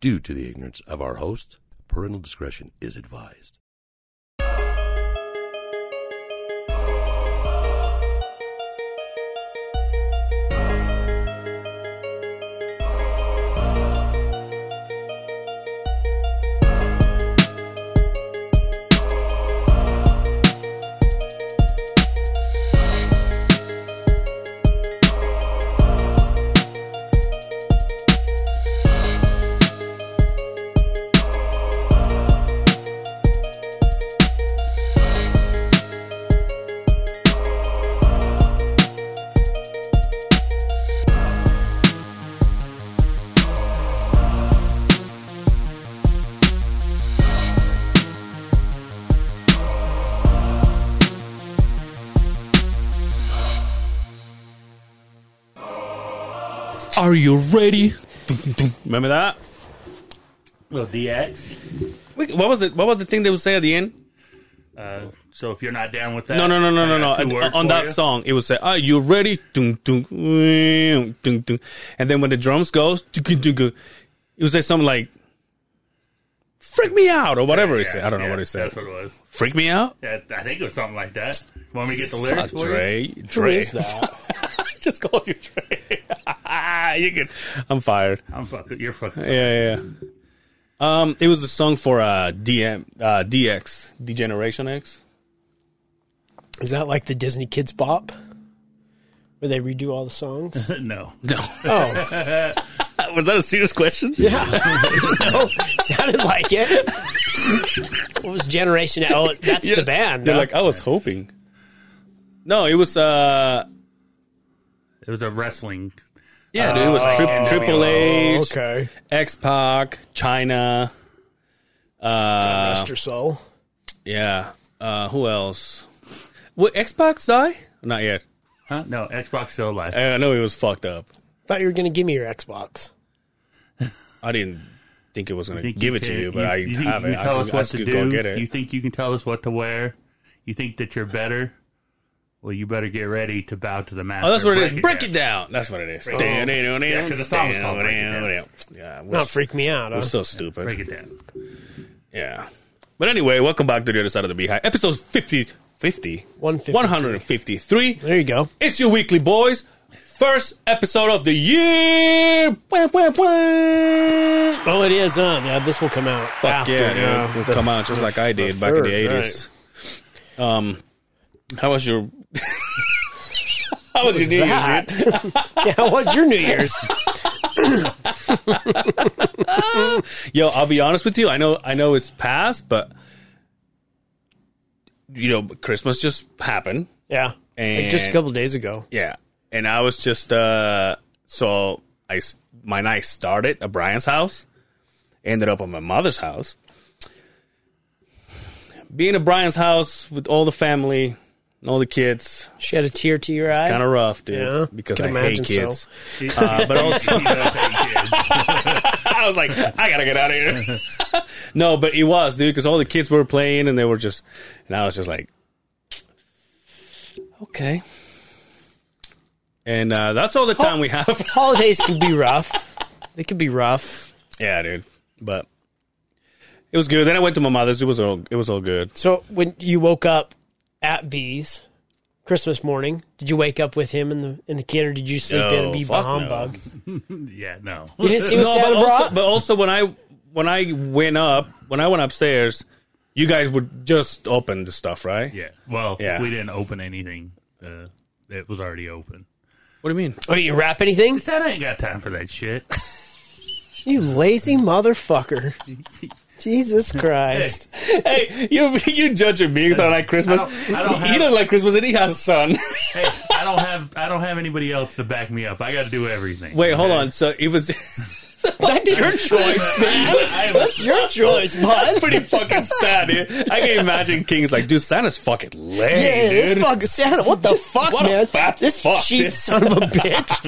due to the ignorance of our host. Parental discretion is advised. Are you ready? Remember that? Little DX. Wait, What was it? What was the thing they would say at the end? Uh, so if you're not down with that, No, no, no, no, I no, no. got two On- words On for that you. song, it would say, "Are you ready?" Dun, dun, dun, dun, dun. And then when the drums goes, dun, dun, dun, dun, it would say something like, "Freak me out" or whatever it Yeah, said. I don't know yeah, what it said. That's what it was. Freak me out. Yeah, I think it was something like that. Want me to get the lyrics Fuck, for Dre, you? Dre. Just call you Dre. you can. I'm fired. I'm fucking. You're fucking. Yeah, yeah. yeah. Um, it was a song for uh DM uh DX Degeneration X. Is that like the Disney Kids Bop? Where they redo all the songs? no. No, Oh, was that a serious question? yeah. no, sounded like it. What was Generation L? That's the band. You're huh? like, I was hoping. No, it was uh It was a wrestling. yeah, dude, it was tri- Oh. Triple H, okay. X Pac, China. Uh, Rest her soul. yeah. Uh, who else? Would Xbox die? Not yet. Huh? No, Xbox still alive. I I know he was fucked up. Thought you were gonna give me your Xbox. I didn't think it was gonna think give it can- to you, but I you think have you it. can Tell I us could, what I to could do. go get it. You think you can tell us what to wear? You think that you're better? Well, you better get ready to bow to the master. Oh, that's what it is. Break Break it down. That's what it is. Break it down. Yeah, 'cause the song's called Break It Down. Yeah, we're, Not freak me out. we're Huh? so stupid. Break it down. Yeah. But anyway, welcome back to the other side of the beehive. Episode 50, 50 153. 153. there you go. It's your weekly boys. First episode of the year. Wah, wah, wah. Oh, it is on. Yeah, this will come out. Fuck after, yeah, dude. yeah. It'll come out just like I did back in third, the eighties. Um, how was your? how was your New Year's? dude? yeah, how was your New Year's? Yo, I'll be honest with you. I know, I know it's past, but you know, Christmas just happened. Yeah, like just a And- couple days ago. Yeah, and I was just uh, so I s- my night started at Brian's house, ended up at my mother's house. Being at Brian's house with all the family and all the kids, She had a tear to your eye. kind of rough, dude. Yeah, because can I hate imagine so. kids. Uh, but also, I was like, I gotta get out of here. no, but it was, dude, because all the kids were playing and they were just, and I was just like, okay. And uh, that's all the time we have. Holidays can be rough. They can be rough. yeah, dude. But it was good. Then I went to my mother's. It was all, it was all good. So when you woke up at B's Christmas morning, did you wake up with him in the in the kid, or did you sleep in No, and be fuck humbug? Yeah, no. You didn't see what No, Santa but brought? also, but also when I when I went up, when I went upstairs, you guys would just open the stuff, right? Yeah. Well, Yeah. we didn't open anything. Uh, it was already open. What do you mean? oh, did you wrap anything? Santa ain't got time for that shit. You lazy motherfucker! Jesus Christ! Hey, you you judging me because I like Christmas. I don't- I don't he have- doesn't like Christmas, and he has a son. hey, I don't have I don't have anybody else to back me up. I got to do everything. Wait, hold on. So it was That's your choice, man. That's your choice, bud. pretty fucking sad. Dude. I can imagine King's like, dude, Santa's fucking lame, Yeah, dude. this fucking Santa. What the fuck, What a man? fat this fuck, cheap dude. son of a bitch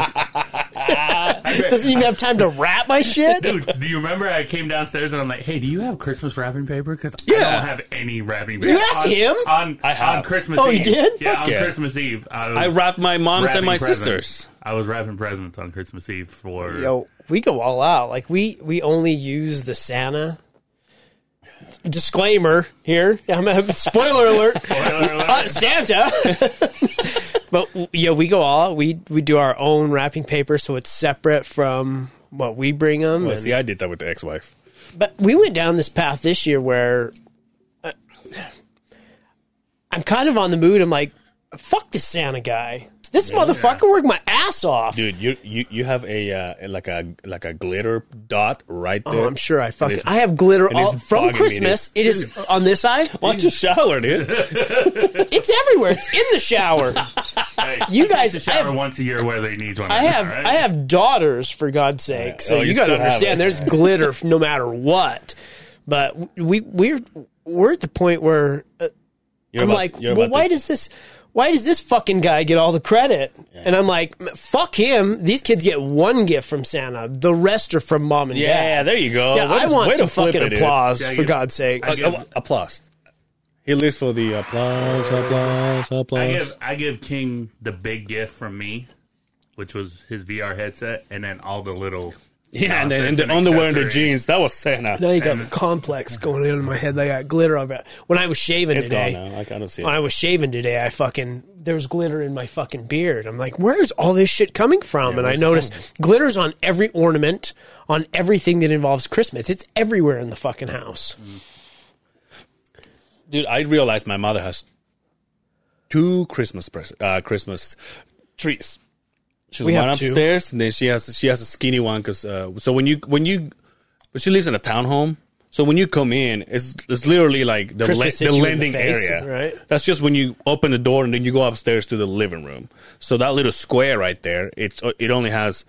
doesn't even have time to wrap my shit. Dude, do you remember I came downstairs and I'm like, "Hey, do you have Christmas wrapping paper? Because I Yeah. don't have any wrapping paper." asked on, him? on I have. on Christmas. Oh, you Eve. did? Yeah, Fuck on yeah. Christmas Eve. I, was I wrapped my mom's and wrapping my presents. sisters. I was wrapping presents on Christmas Eve for Yo, we go all out. Like we we only use the Santa. Disclaimer here. I'm a spoiler alert. Uh, Santa. but yeah, we go all. out. We we do our own wrapping paper, so it's separate from what we bring them. Well, see, I did that with the ex-wife. but we went down this path this year where uh, I'm kind of on the mood. I'm like, fuck this Santa guy. This motherfucker worked my ass off. Dude, you you, you have a uh, like a like a glitter dot right there. Oh, I'm sure I fucking. is- I have glitter is all from bugging me, Christmas. It is on this eye. Why don't you shower, dude? It's everywhere. It's in the shower. Hey, You guys- take a I shower have- once a year where they need one. I have All right? I have daughters for God's sake. So Oh, you, you got to still have understand. it. There's glitter no matter what. But we we're we're at the point where uh, You're I'm about- like, you're well, about why to- does this? Why does this fucking guy get all the credit? And I'm like, "M- fuck him. These kids get one gift from Santa. The rest are from mom and yeah, dad. there you go. Yeah, Way I to- want way some to flip fucking it, dude. applause Yeah, for you- God's sake. I give- Oh, applause. He lives for the applause, applause, I applause. give I give King the big gift from me, which was his VR headset, and then all the little yeah, and then and nonsense the underwear and the accessories. jeans. That was Santa. Now you got a complex going on in my head. I got glitter on it. When I was shaving It's today, gone now. Like, I don't see when it. I was shaving today, I fucking there was glitter in my fucking beard. I'm like, where's all this shit coming from? and I noticed glitters on every ornament, on everything that involves Christmas. It's everywhere in the fucking house. Mm-hmm. Dude, I realized my mother has two Christmas pres- uh, Christmas trees. She's We one have two. upstairs, and then she has she has a skinny one because uh, so when you when you but she lives in a townhome. So when you come in, it's it's literally like the, Christmas la- hits the you in the landing face, area. right? That's just when you open the door and then you go upstairs to the living room. So that little square right there, it's uh, it only has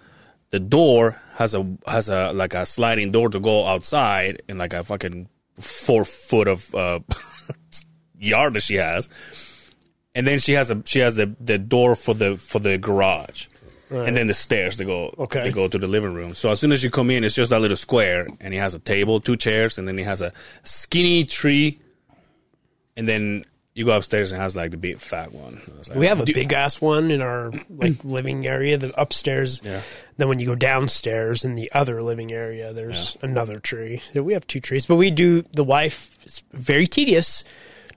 the door has a has a like a sliding door to go outside and like a fucking four foot of uh, yard that she has, and then she has a she has the, the door for the for the garage, and then the stairs to go Okay. to go to the living room. So as soon as you come in, it's just that little square, and he has a table, two chairs, and then he has a skinny tree, and then you go upstairs and it has like the big fat one. I was like, We have a "Dude, big ass one in our like living area, the upstairs. Then when you go downstairs in the other living area, there's another tree. So we have two trees, but we do the wife. It's very tedious.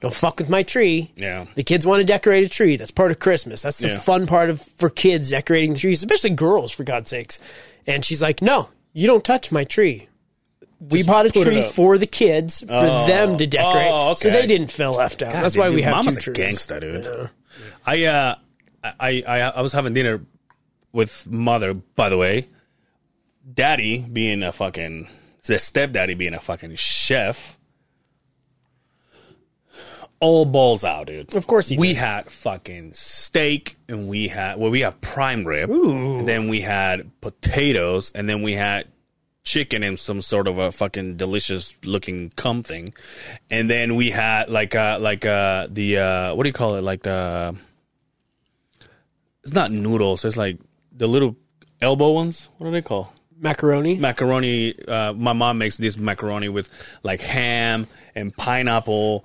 Don't fuck with my tree. Yeah. the kids want to decorate a tree. That's part of Christmas. That's the Yeah. fun part of for kids decorating the trees, especially girls, for God's sakes. And she's like, "No, you don't touch my tree." We bought a put it tree up." for the kids, for them to decorate, Oh, so okay. they didn't feel left out. God, That's dude, why we your have mama's two a trees. gangster, dude. I uh, I I I was having dinner with mother. By the way, daddy being a fucking the stepdaddy being a fucking chef. All balls out, dude. Of course he we did. had fucking steak, and we had well, we had prime rib. and then we had potatoes, and then we had chicken and some sort of a fucking delicious looking cum thing. And then we had like uh like uh the uh what do you call it? Like the it's not noodles, it's like the little elbow ones. What are they called? Macaroni. Macaroni uh my mom makes this macaroni with like ham and pineapple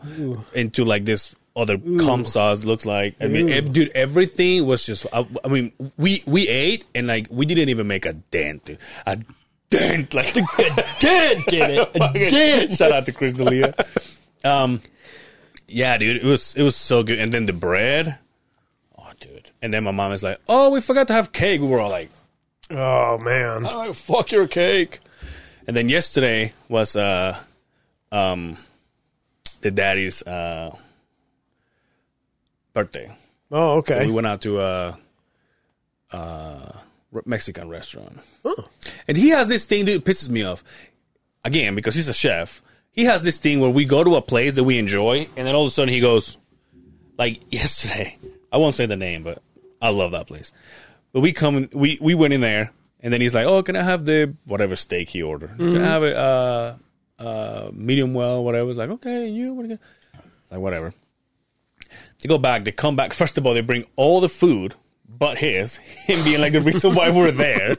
into like this other cum sauce looks like I mean ev- dude everything was just I, I mean we we ate and like we didn't even make a dent dude. a dent like did did it. Fucking- did. Shout out to Chris D'Elia. um, yeah, dude, it was it was so good. And then the bread. Oh, dude. And then my mom is like, "Oh, we forgot to have cake." We were all like, Oh man. "Oh, fuck your cake." And then yesterday was uh, um, the daddy's uh birthday. Oh We okay. went out to a, a Mexican restaurant. And he has this thing that pisses me off. Again, because he's a chef, he has this thing where we go to a place that we enjoy, and then all of a sudden he goes, like yesterday, I won't say the name, but I love that place. But we come, in- we we went in there, and then he's like, "Oh, can I have the whatever steak he ordered? Can I have a uh, uh, medium well, whatever?" Like, okay, you what? do you- Like, whatever. They go back. They come back. First of all, they bring all the food but his, him being like the reason why we're there.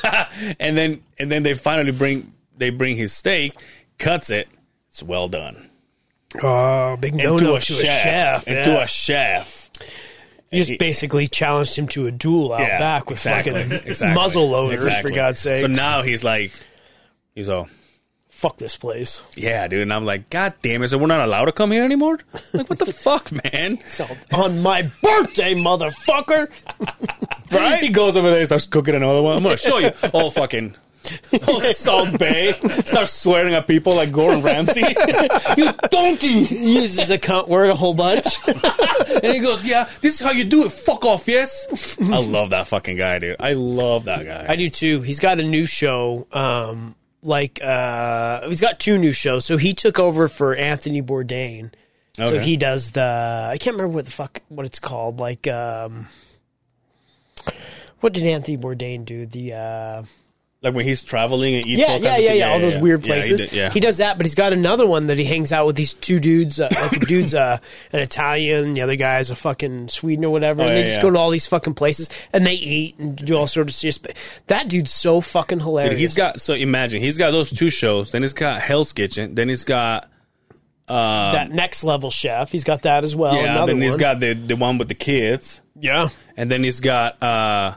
and then and then they finally bring they bring his steak, cuts it. It's well done. Oh, big no And no to a chef. and yeah. to a chef. You just basically challenged him to a duel out Yeah, back with exactly, fucking exactly, muzzle loaders, exactly. for God's sake. So now he's like, he's all, fuck this place. yeah, dude. And I'm like, God damn it. So we're not allowed to come here anymore? Like, what the fuck, man? on my birthday, motherfucker. Right? He goes over there and starts cooking another one. I'm going to show you. Oh, fucking. Oh, Salt Bay starts swearing at people like Gordon Ramsay. you donkey! Uses a cunt word a whole bunch. And he goes, "Yeah, this is how you do it. Fuck off, yes." I love that fucking guy, dude. I love that guy. I do too. He's got a new show. Um, like uh, he's got two new shows. So he took over for Anthony Bourdain. So Okay. he does the I can't remember what the fuck what it's called. Like um, what did Anthony Bourdain do? The uh, like when he's traveling and eats. yeah, all kinds yeah, of yeah, shit. yeah, all those weird Yeah, he places. did- yeah. He does that, but he's got another one that he hangs out with these two dudes. Uh, like a dude's uh, an Italian, the other guy's a fucking Sweden or whatever. Oh, and they yeah, just yeah. go to all these fucking places and they eat and do all sorts of serious. That dude's so fucking hilarious. Dude, he's got so imagine he's got those two shows. Then he's got Hell's Kitchen. Then he's got that next level chef. He's got that as well. um, yeah. Oh, another Then he's one. got the the one with the kids. yeah. And then he's got uh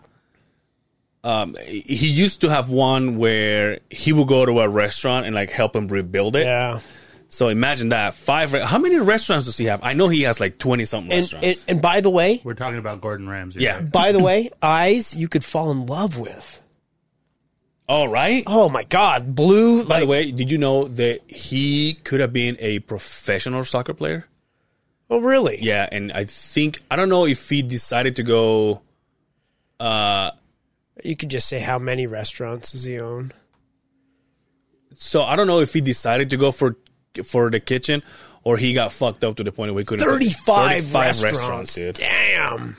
um he used to have one where he would go to a restaurant and like help him rebuild it. Yeah, So imagine that. Five re- how many restaurants does he have? I know he has like 20 something and, restaurants. and and by the way, We're talking about Gordon Ramsay. yeah. right? by the way, eyes you could fall in love with. All right. Oh my God, blue. By the way, did you know that he could have been a professional soccer player? Oh really? Yeah, and I think I don't know if he decided to go You could just say how many restaurants does he own? so I don't know if he decided to go for for the kitchen or he got fucked up to the point where he couldn't cook. 35, 35 restaurants. dude. Damn.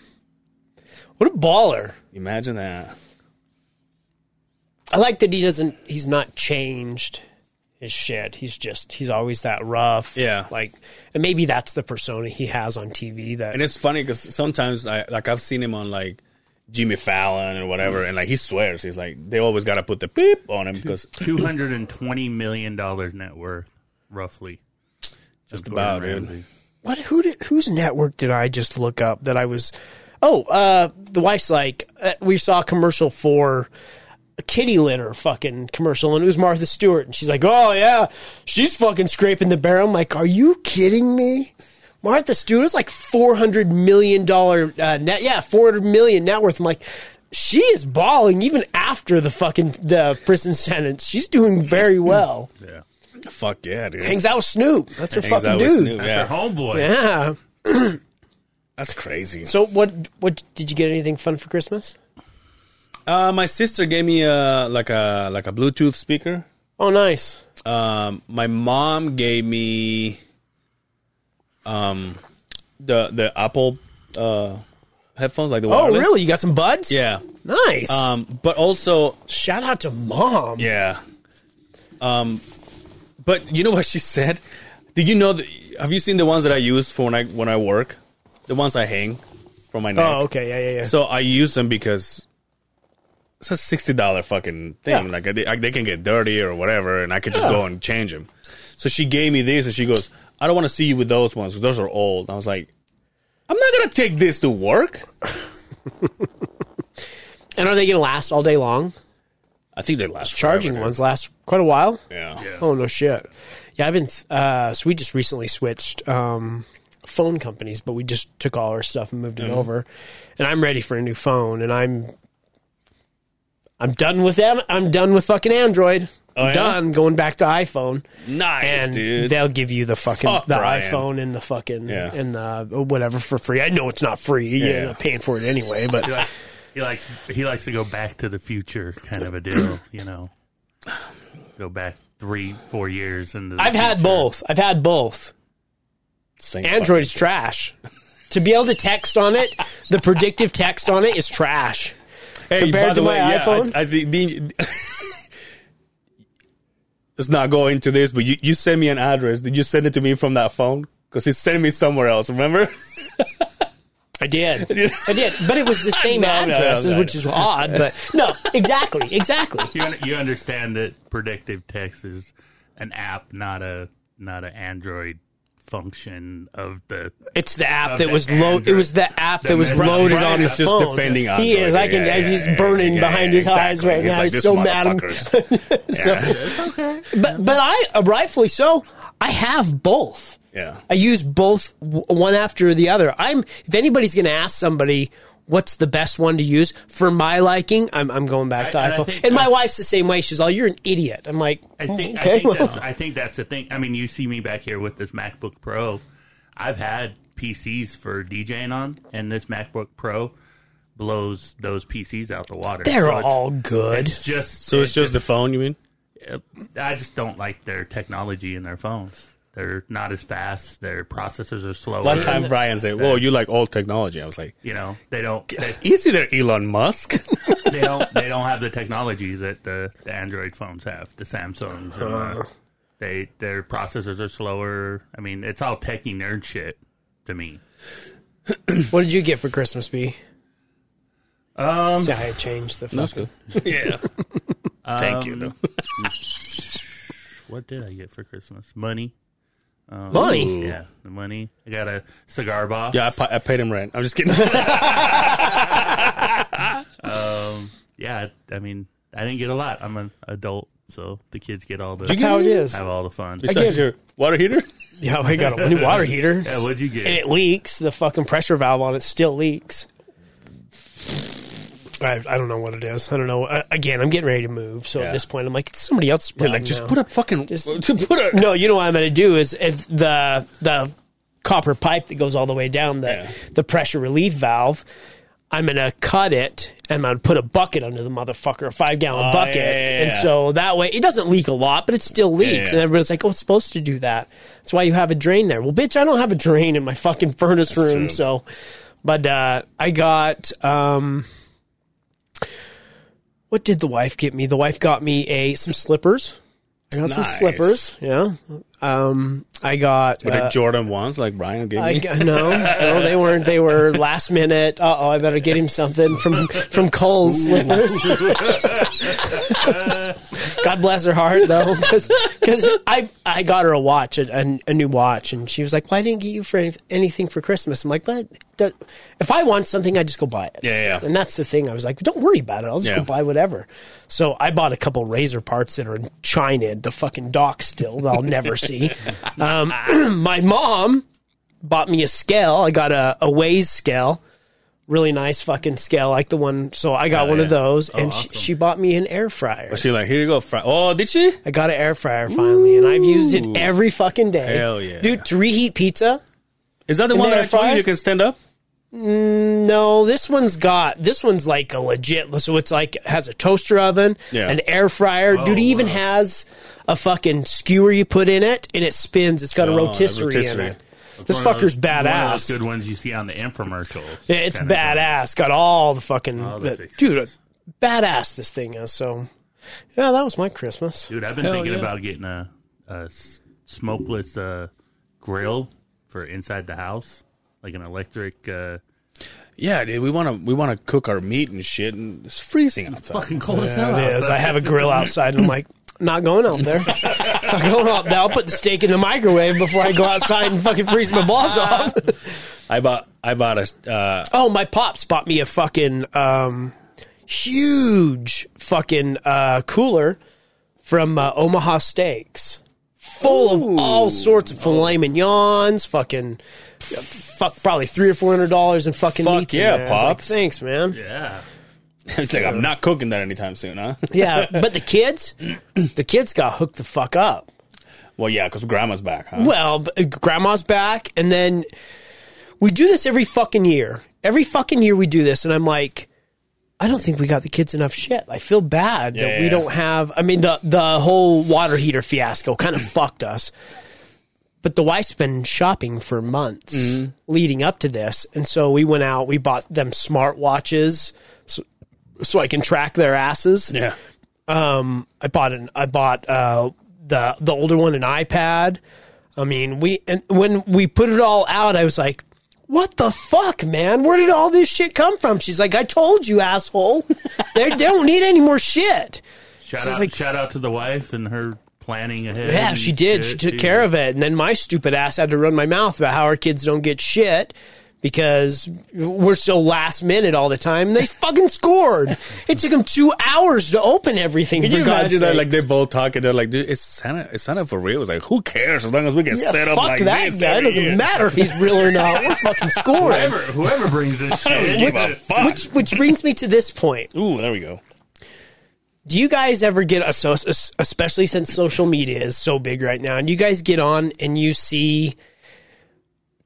What a baller. Imagine that. I like that he doesn't he's not changed his shit. He's just he's always that rough. Yeah. Like and maybe that's the persona he has on TV that And it's funny because sometimes I like I've seen him on like Jimmy Fallon or whatever, and like he swears he's like they always got to put the beep on him because two hundred and twenty million dollars net worth, roughly. Just about, dude. what who did, whose network did I just look up that I was Oh, uh the wife's like uh, we saw a commercial for a kitty litter fucking commercial and it was Martha Stewart and she's like, "Oh yeah, she's fucking scraping the barrel." I'm like, "Are you kidding me?" Martha Stewart is like 400 million dollar uh, net yeah, 400 million net worth. I'm like, "She is balling even after the fucking the prison sentence. She's doing very well." Yeah, fuck yeah, dude. Hangs out with Snoop. That's her Hangs fucking out with dude. Snoop, that's yeah. our homeboy. Yeah. That's crazy. So what what did you get anything fun for Christmas? Uh, my sister gave me a like a like a Bluetooth speaker. Oh nice. Um, my mom gave me um the the Apple uh headphones like the Oh wireless. really? You got some buds? Yeah. Nice. Um, but also Shout out to mom. Yeah. Um, but you know what she said? Did you know? The, have you seen the ones that I use for when I when I work? The ones I hang from my neck. Oh, okay. Yeah, yeah, yeah. So I use them because it's a sixty dollar fucking thing. Yeah. Like they, I, they can get dirty or whatever, and I could just go and change them. So she gave me these, and she goes, "I don't want to see you with those ones. 'cause Those are old." I was like, "I'm not gonna take this to work." and are they going to last all day long? I think they last Charging forever, ones last quite a while. dude. Yeah. Oh no shit. Yeah, I've been uh so we just recently switched um phone companies, but we just took all our stuff and moved Mm-hmm. it over. And I'm ready for a new phone and I'm I'm done with them. I'm done with fucking Android. I'm Oh, yeah? done going back to iPhone. Nice, and dude. they'll give you the fucking Fuck the Brian. iPhone and the fucking Yeah. and the whatever for free. I know it's not free. Yeah. You're not paying for it anyway, but He, like, he likes he likes to go back to the future, kind of a deal. You know, go back three, four years into. The I've had future. both. I've had both. Same Android is trash. to be able to text on it, the predictive text on it is trash. Hey, Compared by the to my way, yeah, iPhone? I, I think the- let's not go into this, but you, you sent me an address. Did you send it to me from that phone? Because he sent me somewhere else. Remember? I did. I did. But it was the same No, no, no, addresses, no, which no. is odd, but no, exactly. Exactly. You, un- you understand that predictive text is an app, not a not an Android function of the It's the app Of that the was loaded. It Android. was the app The that was Android. loaded Brian on his is just phone. defending He Android. is. I can. Yeah, yeah, he's yeah, burning yeah, behind his eyes exactly. right He's now. like, He's "This so mad. at him." motherfuckers. So- but but I uh, rightfully so. I have both. Yeah. I use both w- one after the other. I'm if anybody's going to ask somebody what's the best one to use for my liking, I'm I'm going back to I- and I iPhone. think- and my wife's the same way. She's all, "You're an idiot." I'm like, I think Oh, okay, I think well, that's I think that's the thing. I mean, you see me back here with this MacBook Pro. I've had PCs for DJing on, and this MacBook Pro blows those PCs out the water. they're So it's all good. just So it's just the phone, you mean? I just don't like their technology in their phones. They're not as fast. Their processors are slower. One time Brian said, "Whoa, you like old technology." I was like, you know, they don't they, "Easy there, Elon Musk." they don't they don't have the technology that the, the Android phones have. The Samsungs, and, Uh-huh. uh, they their processors are slower. I mean, it's all techie nerd shit to me. What did you get for Christmas, B? Um, See, I changed the. That's good. yeah. Thank you. Though. Um, What did I get for Christmas? Money. Money. Yeah, the money. I got a cigar box. Yeah, I, pa- I paid him rent. I'm just kidding. yeah. I I mean, I didn't get a lot. I'm an adult, so the kids get all the That's how it is. have all the fun. Besides your water heater, Yeah, I got a new water heater. Yeah, what'd you and get? it leaks. The fucking pressure valve on it still leaks. I, I don't know what it is. I don't know. Uh, again, I'm getting ready to move, so at Yeah. this point, I'm like, it's somebody else's problem. like just now. put a fucking Just- to put a No, you know what I'm going to do is if the the copper pipe that goes all the way down the Yeah. the pressure relief valve. I'm going to cut it and I'm going to put a bucket under the motherfucker, a five gallon Oh, bucket. yeah, yeah, And yeah. so that way it doesn't leak a lot, but it still leaks. yeah. And everybody's like, oh, it's supposed to do that. That's why you have a drain there. Well, bitch, I don't have a drain in my fucking furnace room. true. So, but uh, I got, um, what did the wife get me? The wife got me a some slippers. I got some Nice. slippers. Yeah. Um, I got. like uh, Jordan ones, like Brian gave I me. got, no, no, they weren't. They were last minute. Uh oh, I better get him something from from Cole's slippers. God bless her heart though, because I I got her a watch, a, a, a new watch, and she was like, "Well, I didn't get you for any, anything for Christmas." I'm like, "But do- if I want something, I just go buy it." Yeah, yeah. And that's the thing. I was like, "Don't worry about it. I'll just Yeah. go buy whatever." So I bought a couple razor parts that are in China, at the fucking dock still that I'll never see. Um, my mom bought me a scale. I got a, a Waze scale. Really nice fucking scale, like the one. So I Oh, got one of yeah. those, and she, she bought me an air fryer. She like here you go. Fr- oh, did she? I got an air fryer finally, and I've used it every fucking day. Hell yeah. dude! To reheat pizza? Is that the An one that air I told fryer? you you can stand up? No, this one's got this one's like a legit. So it's like has a toaster oven, Yeah. an air fryer, dude. Oh, It even has a fucking skewer you put in it, and it spins. It's got a Oh, a rotisserie, rotisserie. in it. This One of those- fucker's One of those badass. good ones you see on the infomercials. Yeah, it's Kinda badass. Got all the fucking the uh, fixings. dude, badass this thing is. So yeah, that was my Christmas. Dude, I've been Hell thinking yeah. about getting a, a s- smokeless uh, grill for inside the house, like an electric. Uh, Yeah, dude. We want to we want to cook our meat and shit, and it's freezing outside. fucking cold as hell. It is. I outside. have a grill outside, and I'm like, not going out there. not going out there. I'll put the steak in the microwave before I go outside and fucking freeze my balls Ah. off. I bought I bought a uh, Oh, my pops bought me a fucking um, huge fucking uh, cooler from uh, Omaha Steaks. Full of all sorts of Oh. filet mignons, fucking, fuck, probably three or four hundred dollars in fucking Fuck meats. yeah, in there. I was like, Pops. Thanks, man. Yeah. it's like I'm not cooking that anytime soon, huh? Yeah, but the kids, the kids got hooked the fuck up. well, yeah, because grandma's back, huh? Well, b- grandma's back, and then we do this every fucking year. Every fucking year we do this, and I'm like, I don't think we got the kids enough shit. I feel bad that Yeah, we yeah. don't have. I mean, the the whole water heater fiasco kind of fucked us. But the wife's been shopping for months Mm-hmm. leading up to this, and so we went out. We bought them smartwatches so, so I can track their asses yeah. um i bought an i bought uh the the older one an ipad i mean we and when we put it all out i was like what the fuck man where did all this shit come from she's like i told you asshole they don't need any more shit Shout This is out, like- shout out to the wife and her planning ahead. Yeah, and she did. She shit, took dude. care of it. And then my stupid ass had to run my mouth about how our kids don't get shit because we're so last minute all the time. And they fucking scored. It took them two hours to open everything. Can for you God's imagine that? sakes. Like they both talk and they're like, "Dude, it's Santa. It's Santa for real." It's like, who cares? As long as we get Yeah, set up fuck like that this, guy. It every doesn't year. matter if he's real or not. We're fucking scoring. Whoever, whoever brings this shit. Give a fuck. Which, which brings me to this point. Ooh, there we go. Do you guys ever get a so, especially since social media is so big right now, and you guys get on and you see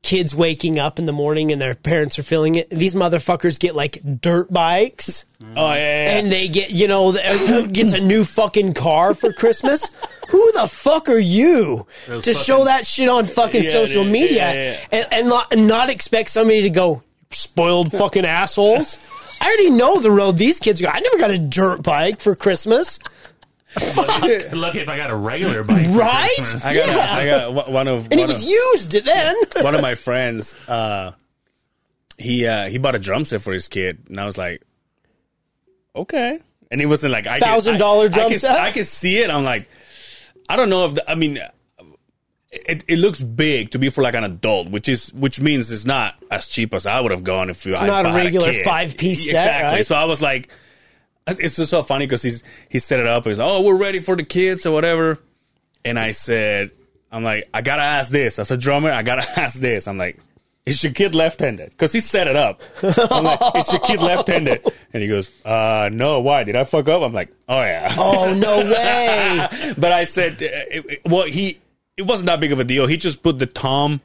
kids waking up in the morning and their parents are feeling it. These motherfuckers get like dirt bikes Oh yeah, yeah, yeah. and they get you know th- gets a new fucking car for Christmas. Who the fuck are you Those to fucking- show that shit on fucking Yeah, social yeah, media yeah, yeah. And, and not, and not expect somebody to go spoiled fucking assholes? I already know the road these kids go. I never got a dirt bike for Christmas, Lucky if I got a regular bike. for right? Christmas. I got, I got one- one of and one it of- was used then. one of my friends uh he uh he bought a drum set for his kid and i was like okay and he wasn't like I can- $1,000 I- I drum can- set? i can see it i'm like i don't know if the, i mean it, it looks big to be for like an adult which is which means it's not as cheap as i would have gone if you it's not a regular five-piece set, exactly right? so i was like it's just so funny because he's he set it up he's oh we're ready for the kids or whatever and I said, I'm like, I gotta ask this. As a drummer, I gotta ask this. I'm like, is your kid left-handed? Because he set it up. I'm like, is your kid left-handed? And he goes, uh, no, why? Did I fuck up? I'm like, oh yeah. oh no way! but I said, uh, it, it- well, he, it wasn't that big of a deal. He just put the tom,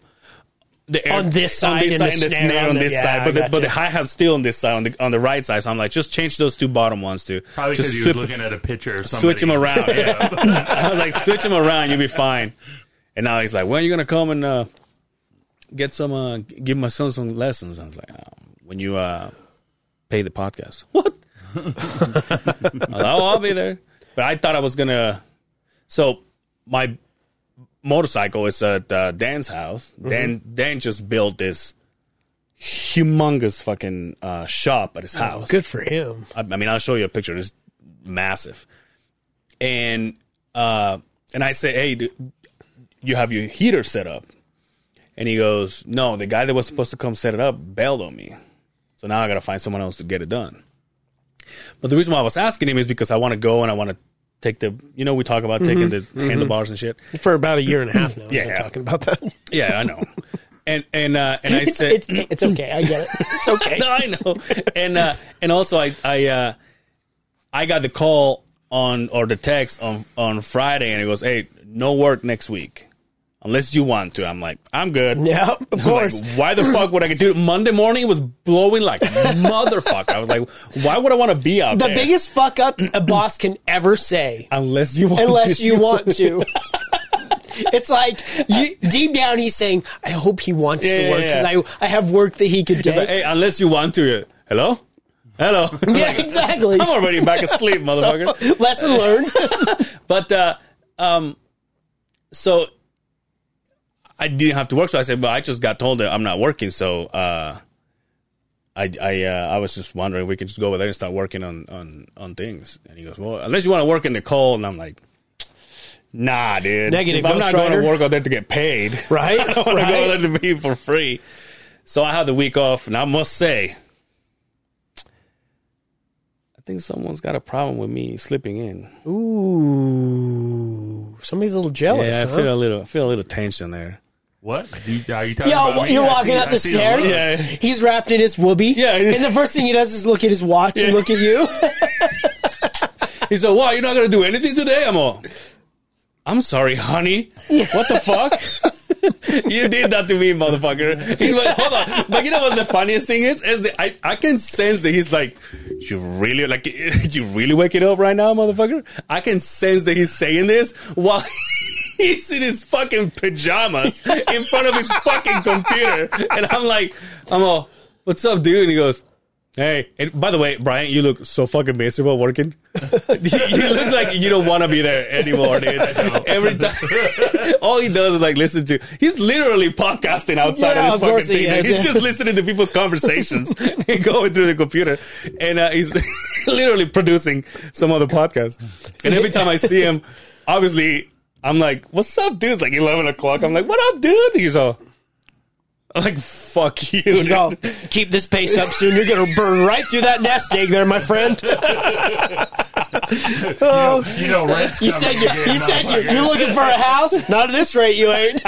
the air, On this side and the snare on on the- this yeah, I side, but the, gotcha. but the hi hat still on this side, on the on the right side. So I'm like, just change those two bottom ones to Probably just because you were flip- looking at a picture or something. switch him around. Yeah. I was like, switch him around, you'll be fine. And now he's like, when are you gonna come and uh, get some, uh, give my son some lessons? I was like, um, when you uh, pay the podcast. What? I was like, oh, I'll be there. But I thought I was gonna. So my motorcycle is at uh, Dan's house. Dan Dan just built this humongous fucking uh, shop at his house. Good for him. I, I mean, I'll show you a picture. It's massive. And uh, and I say, hey, do you have your heater set up? And he goes, no, the guy that was supposed to come set it up bailed on me. So now I got to find someone else to get it done. But the reason why I was asking him is because I want to go and I want to take the, you know, we talk about taking the Mm-hmm. handlebars and shit. For about a year and a half now, Yeah, yeah, yeah. talking about that. Yeah, I know. and and uh, and I It's, said, it's, it's okay. I get it. It's okay. no, I know. And uh, and also I I uh, I got the call on or the text on on Friday, and it goes, "Hey, no work next week, unless you want to." I'm like, "I'm good." Yeah, of I'm like, course. why the fuck would I get dude? Monday morning it was blowing like motherfucker. I was like, why would I want to be out The there? biggest fuck up a boss can ever say, unless you want unless to- you want to. It's like you, deep down he's saying, "I hope he wants Yeah, to yeah, work because yeah. I, I have work that he could do." But, hey, unless you want to. Hello, hello. yeah, exactly. I'm already back asleep, motherfucker. Lesson learned. But uh, um, so I didn't have to work. So I said, "Well, I just got told that I'm not working." So uh, I I uh, I was just wondering if we could just go over there and start working on on on things. And he goes, "Well, unless you want to work in the cold," and I'm like. Nah, dude. Negative, If I'm not Ghost going Rider. to work out there to get paid, Right, I want to go right. out there to be for free. So I had the week off, and I must say, I think someone's got a problem with me slipping in. Ooh, somebody's a little jealous. Yeah, I huh? feel a little, I feel a little tension there. What? Do you- Are you talking Yo, about me? you're I walking see- up I the see stairs. look. Yeah. He's wrapped in his whoobie. Yeah, it is. and the first thing he does is look at his watch and look at you. He said, "Why you're not gonna do anything today?" I'm all, "I'm sorry, honey. What the fuck? you did that to me, motherfucker." He's like, "Hold on." But you know what the funniest thing is? Is that I, I can sense that he's like, "You really like you really waking up right now, motherfucker?" I can sense that he's saying this while. He's in his fucking pajamas in front of his fucking computer, and I'm like, "I'm all, what's up, dude?" And he goes, Hey, and by the way, Brian, you look so fucking miserable working. you you look like you don't want to be there anymore, dude. Every time, all he does is like listen to. He's literally podcasting outside Yeah, of his of fucking course he thing. is, he's yeah. just listening to people's conversations and going through the computer, and uh, he's literally producing some other podcast. And every time I see him, obviously. I'm like, what's up, dude? It's like 11 o'clock. I'm like, what up, dude? He's all, I'm like, fuck you. dude. So keep this pace up soon. You're gonna burn right through that nest egg there, my friend. oh, You know, Red's you coming said you, again, you said motherfucker. you, you're looking for a house. Not at this rate, you ain't.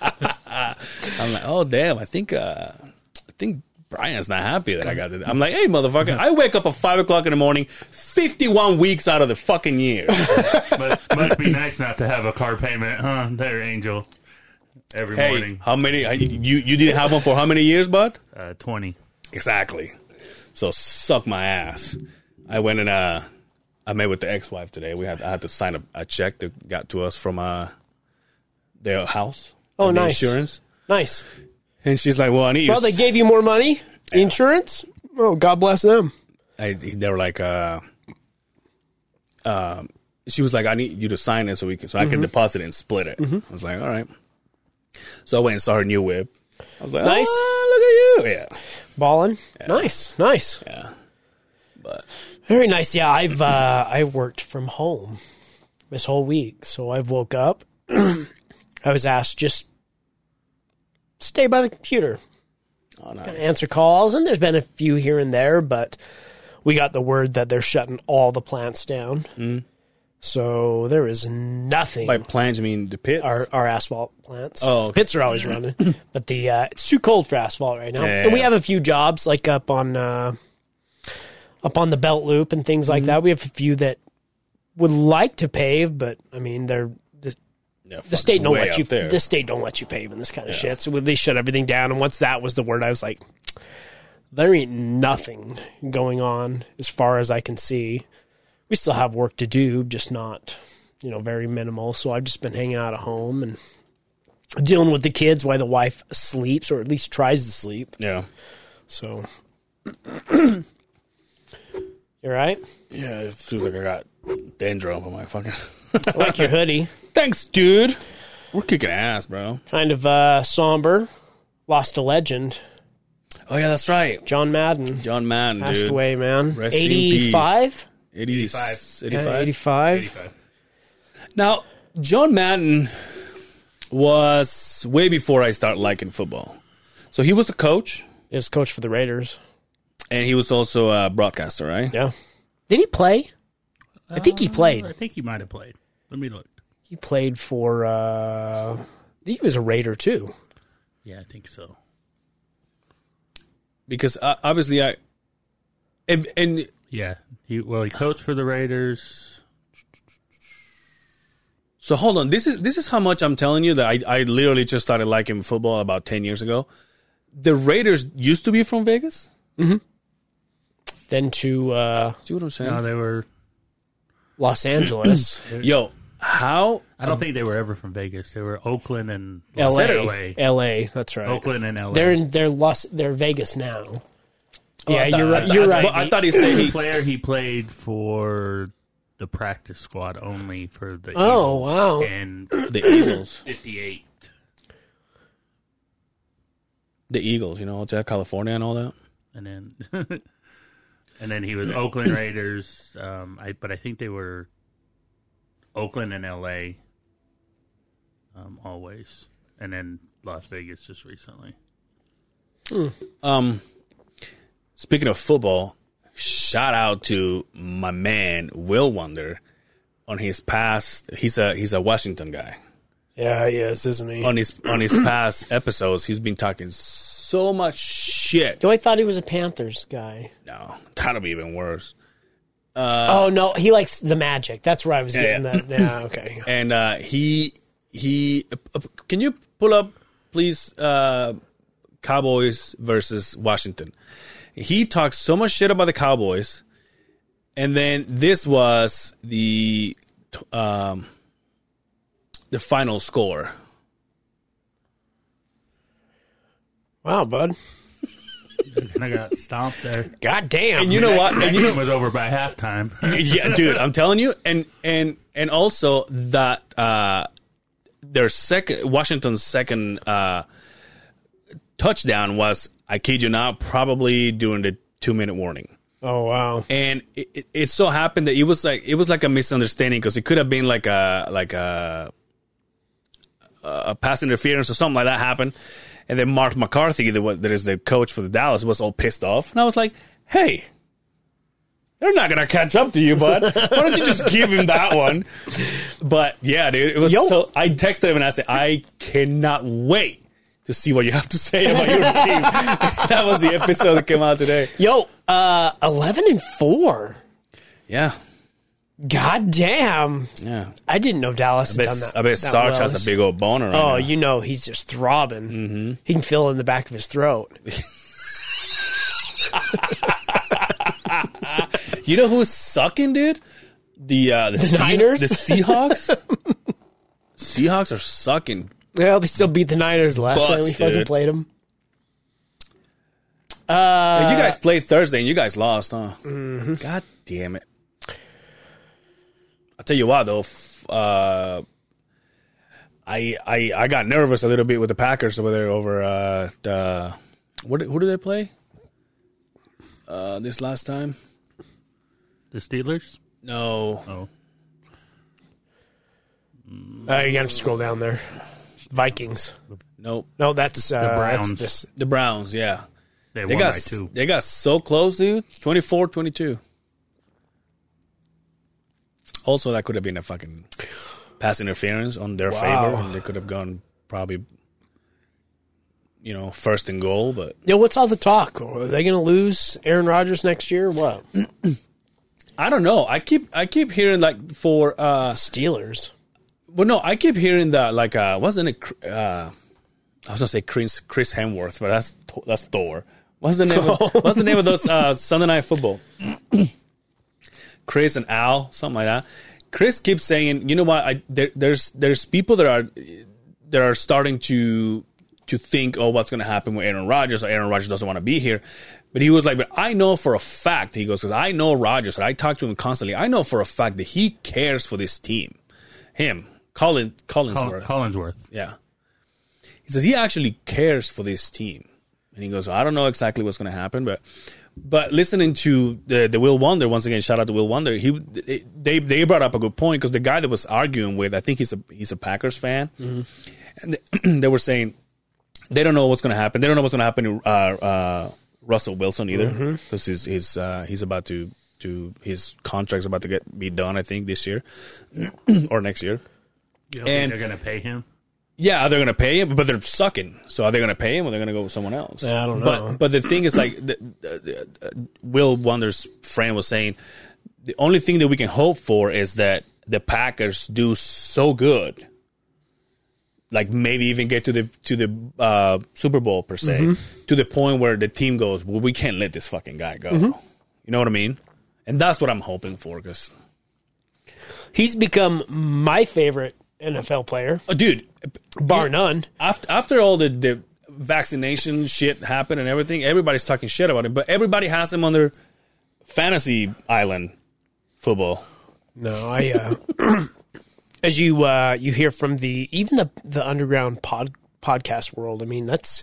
I'm like, oh, damn. I think, uh, I think Brian's not happy that I got it. I'm like, hey, motherfucker, I wake up at 5 o'clock in the morning, 51 weeks out of the fucking year. But must be nice not to have a car payment, huh? There, Angel. Every hey, morning, how many, I- you, you didn't have one for how many years, bud? uh, twenty. Exactly. So suck my ass. I went and uh, I met with the ex-wife today. We had I had to sign a, a check that got to us from uh, their house. Oh, and the nice. insurance. Nice. And she's like, "Well, I need." Well, Well, they gave you more money, insurance. Oh, God bless them. I, they were like, uh, um, she was like, "I need you to sign it so we can so Mm-hmm. I can deposit it and split it." I was like, "All right." So I went and saw her new whip. I was like, Nice. "Oh, look at you!" Yeah, Ballin. Nice, nice, yeah. But very nice. Yeah, I've uh, I worked from home this whole week, so I've woke up. I was asked just stay by the computer, oh, no. answer calls, and there's been a few here and there, but we got the word that they're shutting all the plants down. Hmm. So there is nothing. by plans, I mean the pits. our, our asphalt plants. Oh, okay. pits are always running, but the uh, it's too cold for asphalt right now. Yeah. And we have a few jobs like up on uh, up on the Belt Loop and things Hmm. like that. We have a few that would like to pave, but I mean they're the, Yeah, the state don't way let up you. there. The state don't let you pave in this kind of shit. So they shut everything down. And once that was the word, I was like, there ain't nothing going on as far as I can see. We still have work to do, just not you know very minimal. So I've just been hanging out at home and dealing with the kids while the wife sleeps or at least tries to sleep. yeah. So. You're right. Yeah, it seems like I got dandruff on my fucking. I like your hoodie. Thanks, dude. We're kicking ass, bro. Kind of uh, somber. Lost a legend. Oh yeah, that's right. John Madden. John Madden, passed dude. away, man. Rest in peace. 85? 85. 85. Yeah, 85. Now, John Madden was way before I start liking football. So he was a coach He was coach for the Raiders. and he was also a broadcaster, right? Yeah. Did he play? I think he I played. think he might have played. Let me look. He played for, uh, I think he was a Raider too. Yeah, I think so. Because uh, obviously I and, and Yeah, he well, he coached for the Raiders. So hold on. This is this is how much I'm telling you that I, I literally just started liking football about ten years ago. The Raiders used to be from Vegas. Then to uh, See what I'm saying? No, they were. Los Angeles, Yo, how I don't think they were ever from Vegas. They were Oakland and LA, LA. LA. That's right. Oakland and LA. They're in they're Los they're Vegas now. yeah, Oh, I thought- you're I right. thought- You're I right. thought- I thought he said the he. player he played for the practice squad only for the Oh, wow. and The Eagles, 58 the Eagles, you know, to California and all that. and then and then he was Oakland Raiders um I but I think they were Oakland and LA um always and then Las Vegas just recently Um, speaking of football, shout out to my man Will Wonder on his past. He's a he's a Washington guy. yeah, he is, isn't he? On his on his past episodes, he's been talking so much shit. Though I thought he was a Panthers guy. No, that'll be even worse. oh no, he likes the Magic. That's where I was getting Uh, yeah. that. Yeah, okay. and uh, he he uh, uh, can you pull up please uh, Cowboys versus Washington. He talks so much shit about the Cowboys, and then this was the t- um, the final score. Wow, bud. and I got stomped there God damn. And you know what? that Uh, And you game know, was over by halftime yeah, dude, I'm telling you, and and and also that uh, their second Washington's second uh, touchdown was, I kid you not, probably during the two minute warning. Oh wow. and it, it, it so happened that it was like it was like a misunderstanding because it could have been like a like a a pass interference or something like that happened, and then Mark McCarthy, the, one- that is the coach for the Dallas, was all pissed off, and I was like, hey. They're not gonna catch up to you, bud. Why don't you just give him that one? But yeah, dude, it was Yo. so. I texted him and I said, "I cannot wait to see what you have to say about your team." that was the episode that came out today. Yo, uh, eleven and four. Yeah, God damn. yeah. I didn't know Dallas had bet, done that. I bet that Sarge well. has a big Mm-hmm. old boner. Right Oh, now. you know he's just throbbing. He can feel it in the back of his throat. you know who's sucking, dude? The uh, the, Sea- Niners? the Seahawks. Seahawks are sucking. Well, they still beat the Niners last Butts, time we fucking dude. played them. you guys played Thursday and you guys lost, huh? God damn it! I tell you what, though, f- uh, I I I got nervous a little bit with the Packers over there over uh, the what who do they play? Uh, this last time, The Steelers? no, Oh. Uh, you got to scroll down there. Vikings. nope, No, that's uh, Browns. That's this. the Browns, yeah. They, They won got by two. they got so close, dude. 24 22. Also, that could have been a fucking pass interference on their favor, and they could have gone probably, you know, first and goal. But Yo, what's all the talk? Are they going to lose Aaron Rodgers next year? or What? Hmm. I don't know. I keep I keep hearing like for uh, Steelers. well, no, I keep hearing that like uh, wasn't it? Cr- Uh, I was gonna say Chris Chris Hemsworth, but that's Th- that's Thor. What's the name? Of, what's the name of those uh, Sunday Night Football? Chris and Al, something like that. Chris keeps saying, you know what? I there, there's there's people that are that are starting to to think, oh, what's going to happen with Aaron Rodgers? Aaron Rodgers doesn't want to be here. But he was like, but I know for a fact, he goes, because I know Rodgers, and I talk to him constantly. I know for a fact that he cares for this team. Him, Colin, Collinsworth. Col- Collinsworth. Yeah. He says he actually cares for this team. And he goes, I don't know exactly what's going to happen, but but listening to the, the Will Wonder once again, shout out to Will Wonder. He they they brought up a good point because the guy that was arguing with, I think he's a he's a Packers fan, and they, they were saying they don't know what's going to happen. They don't know what's going to happen to uh, uh, Russell Wilson either because he's he's uh, he's about to to his contract's about to get be done. I think this year or next year. You And- they're going to pay him? Yeah, they're going to pay him, but they're sucking. So are they going to pay him, or they're going to go with someone else? Yeah, I don't know. But but the thing is, like, the, the, uh, Will Wonder's friend was saying, the only thing that we can hope for is that the Packers do so good, like maybe even get to the to the uh, Super Bowl per se, Mm-hmm. to the point where the team goes, well, we can't let this fucking guy go. Mm-hmm. You know what I mean? And that's what I'm hoping for, because He's become my favorite NFL player, oh, dude, bar none. after after all the, the vaccination shit happened and everything, everybody's talking shit about him. But everybody has him on their fantasy island football. No, I. Uh, as you uh, you hear from the even the the underground pod podcast world, I mean that's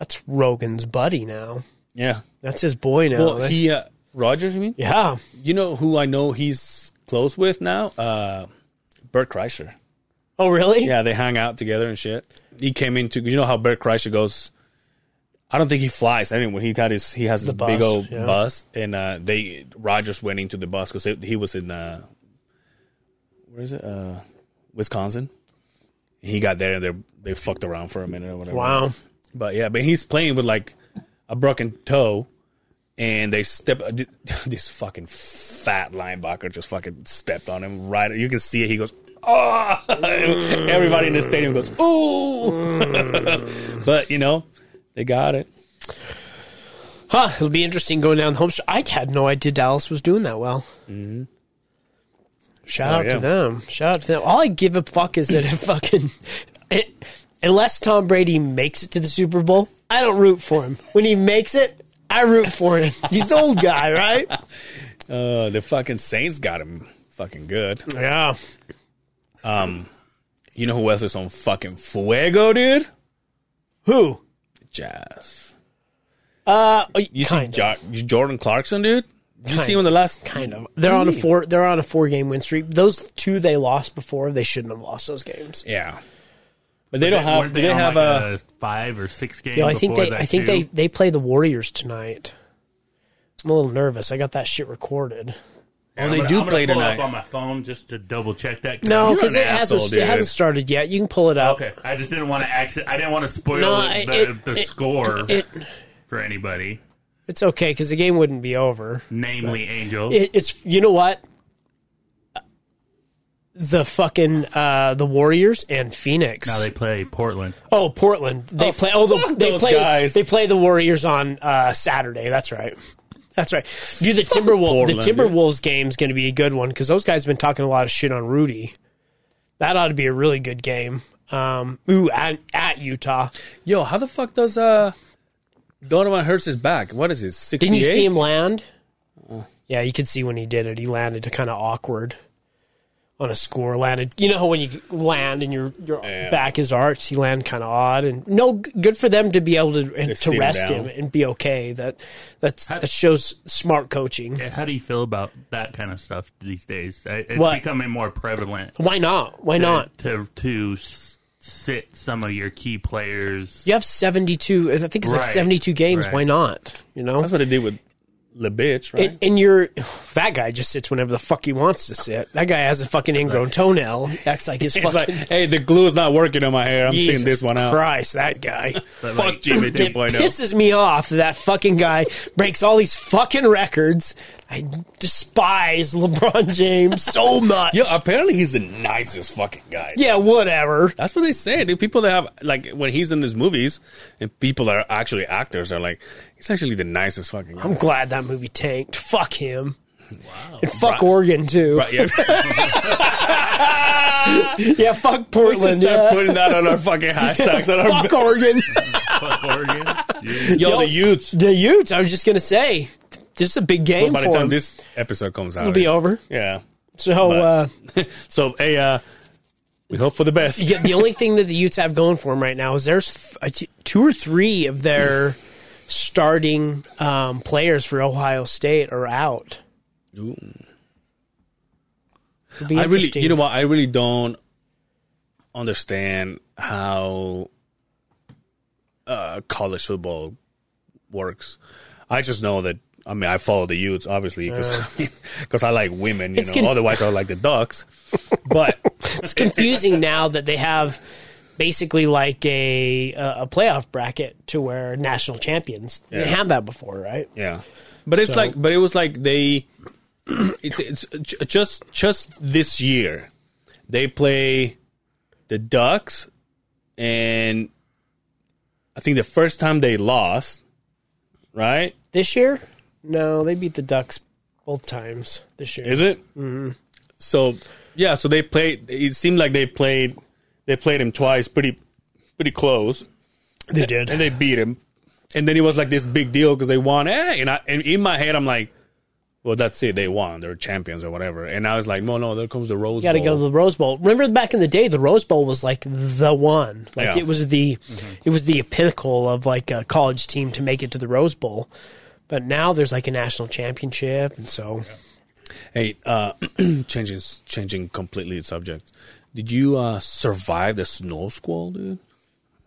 that's Rogan's buddy now. Yeah. That's his boy now. Well, he uh, Rogers. You mean? yeah, You know who I know he's close with now? Uh, Bert Kreischer. Oh, really? Yeah, they hang out together and shit. He came into you know how Bert Kreischer goes. I don't think he flies anywhere. He got his he has his bus, big old yeah. bus, and uh, they Rogers went into the bus because he was in uh, where is it uh, Wisconsin. He got there and they they fucked around for a minute or whatever. Wow. But yeah, but he's playing with like a broken toe, and they step uh, this fucking fat linebacker just fucking stepped on him right. You can see it. He goes, oh! Everybody in the stadium goes, ooh! but you know, they got it. Huh. It'll be interesting going down the home. str- I had no idea Dallas was doing that well. Shout Mm-hmm. Oh, out yeah. to them. Shout out to them. All I give a fuck is that if fucking. It, unless Tom Brady makes it to the Super Bowl, I don't root for him. When he makes it, I root for him. He's the old guy, right? Uh, the fucking Saints got him fucking good. Yeah. You know who else is on fucking fuego, dude? Who? Jazz. Uh, You see kind of, jo- Jordan Clarkson, dude? Did you Kind see him in the last? kind of. They're on a four. They're on a four game win streak. Those two they lost before. They shouldn't have lost those games. Yeah, but they don't have. Weren't They, they on, have uh, like, a. five or six game. Yeah, I think before they. that, I think too? they. They play the Warriors tonight. I'm a little nervous. I got that shit recorded. Oh, I'm they gonna- do I'm gonna play pull tonight. Up on my phone just to double check that. No, You're because an it, hasn't- asshole, it hasn't dude. started yet. You can pull it up. Okay, I just didn't want to accident. I didn't want to spoil No, the, it- it- the it- score It for anybody, it's okay because the game wouldn't be over. namely Angel. It, it's you know what. The fucking uh, the Warriors and Phoenix. now they play Portland. oh, Portland. They Oh, play. Oh, the, fuck they those play. guys. They play the Warriors on uh, Saturday. That's right. That's right. Dude, the Timberwolves. The Portland, dude. Timberwolves game is going to be a good one because those guys have been talking a lot of shit on Rudy. That ought to be a really good game. Um, ooh, at, at Utah. Yo, how the fuck does uh Donovan Hurst is back? What is this? Sixty-eight. Didn't you see him land? Uh, Yeah, you could see when he did it. He landed kind of awkward on a score. Landed, you know how when you land and your your back is arched, you land kind of odd. And no, g- good for them to be able to and Just to sit him rest him, down. and be okay. That that's, that shows smart coaching. Yeah, Eh, How do you feel about that kind of stuff these days? I- It's What? becoming more prevalent. Why not? Why not? to to s- sit some of your key players. You have seventy two. I think it's like Right, seventy two games. right. Why not? You know, That's what they did with Le Bitch, right? And, and you're that guy just sits whenever the fuck he wants to sit. That guy has a fucking ingrown toenail. Acts like his it's fucking. like, hey, the glue is not working on my hair. I'm seeing this one out. Christ, that guy. But, Fuck like, Jimmy it 2.0. pisses me off that that fucking guy breaks all these fucking records. I despise LeBron James so much. Yo, apparently he's the nicest fucking guy. yeah, whatever. That's what they say, dude. People that have like when he's in these movies, and people that are actually actors are like, he's actually the nicest fucking. Guy. I'm glad that movie tanked. Fuck him. And fuck Oregon too. Right, yeah. Yeah, fuck we should Portland. start Yeah. putting that on our fucking hashtags. On our fuck Oregon. fuck Oregon. Yeah. yo, the Utes. the Utes. I was just gonna say, this is a big game By the for time him. this episode comes out, It'll be over. Yeah. So uh, So hey, uh, we hope for the best. yeah, the only thing that the Utes have going for them right now is there's th- a t- two or three of their starting um, players for Ohio State are out. It'll be I really, interesting. you know what? I really don't understand how uh, college football works. I just know that. I mean, I follow the youths obviously because I like women. You Uh. It's know, conf- otherwise I like the ducks. But It's confusing now that they have basically like a a a playoff bracket to where national champions. They Yeah. have that before, right? yeah, but it's So- like, but it was like they. It's it's ju- just just this year, they play the Ducks, and I think the first time they lost, right? This year, no, they beat the Ducks both times this year. Is it? Mm-hmm. So yeah, so they played. It seemed like they played. They played him twice, pretty pretty close, they did. and they beat him. And then it was like this big deal because they won. Eh, and I and in my head I'm like, well, that's it. They won. They're champions or whatever. And I was like, no, no, there comes the Rose got to Bowl. go to the Rose Bowl. Remember back in the day, the Rose Bowl was like the one. Like Yeah. it was the it was the pinnacle of like a college team to make it to the Rose Bowl. But now there's like a national championship, and so hey, uh, changing changing completely the subject. Did you uh, survive the snow squall, dude?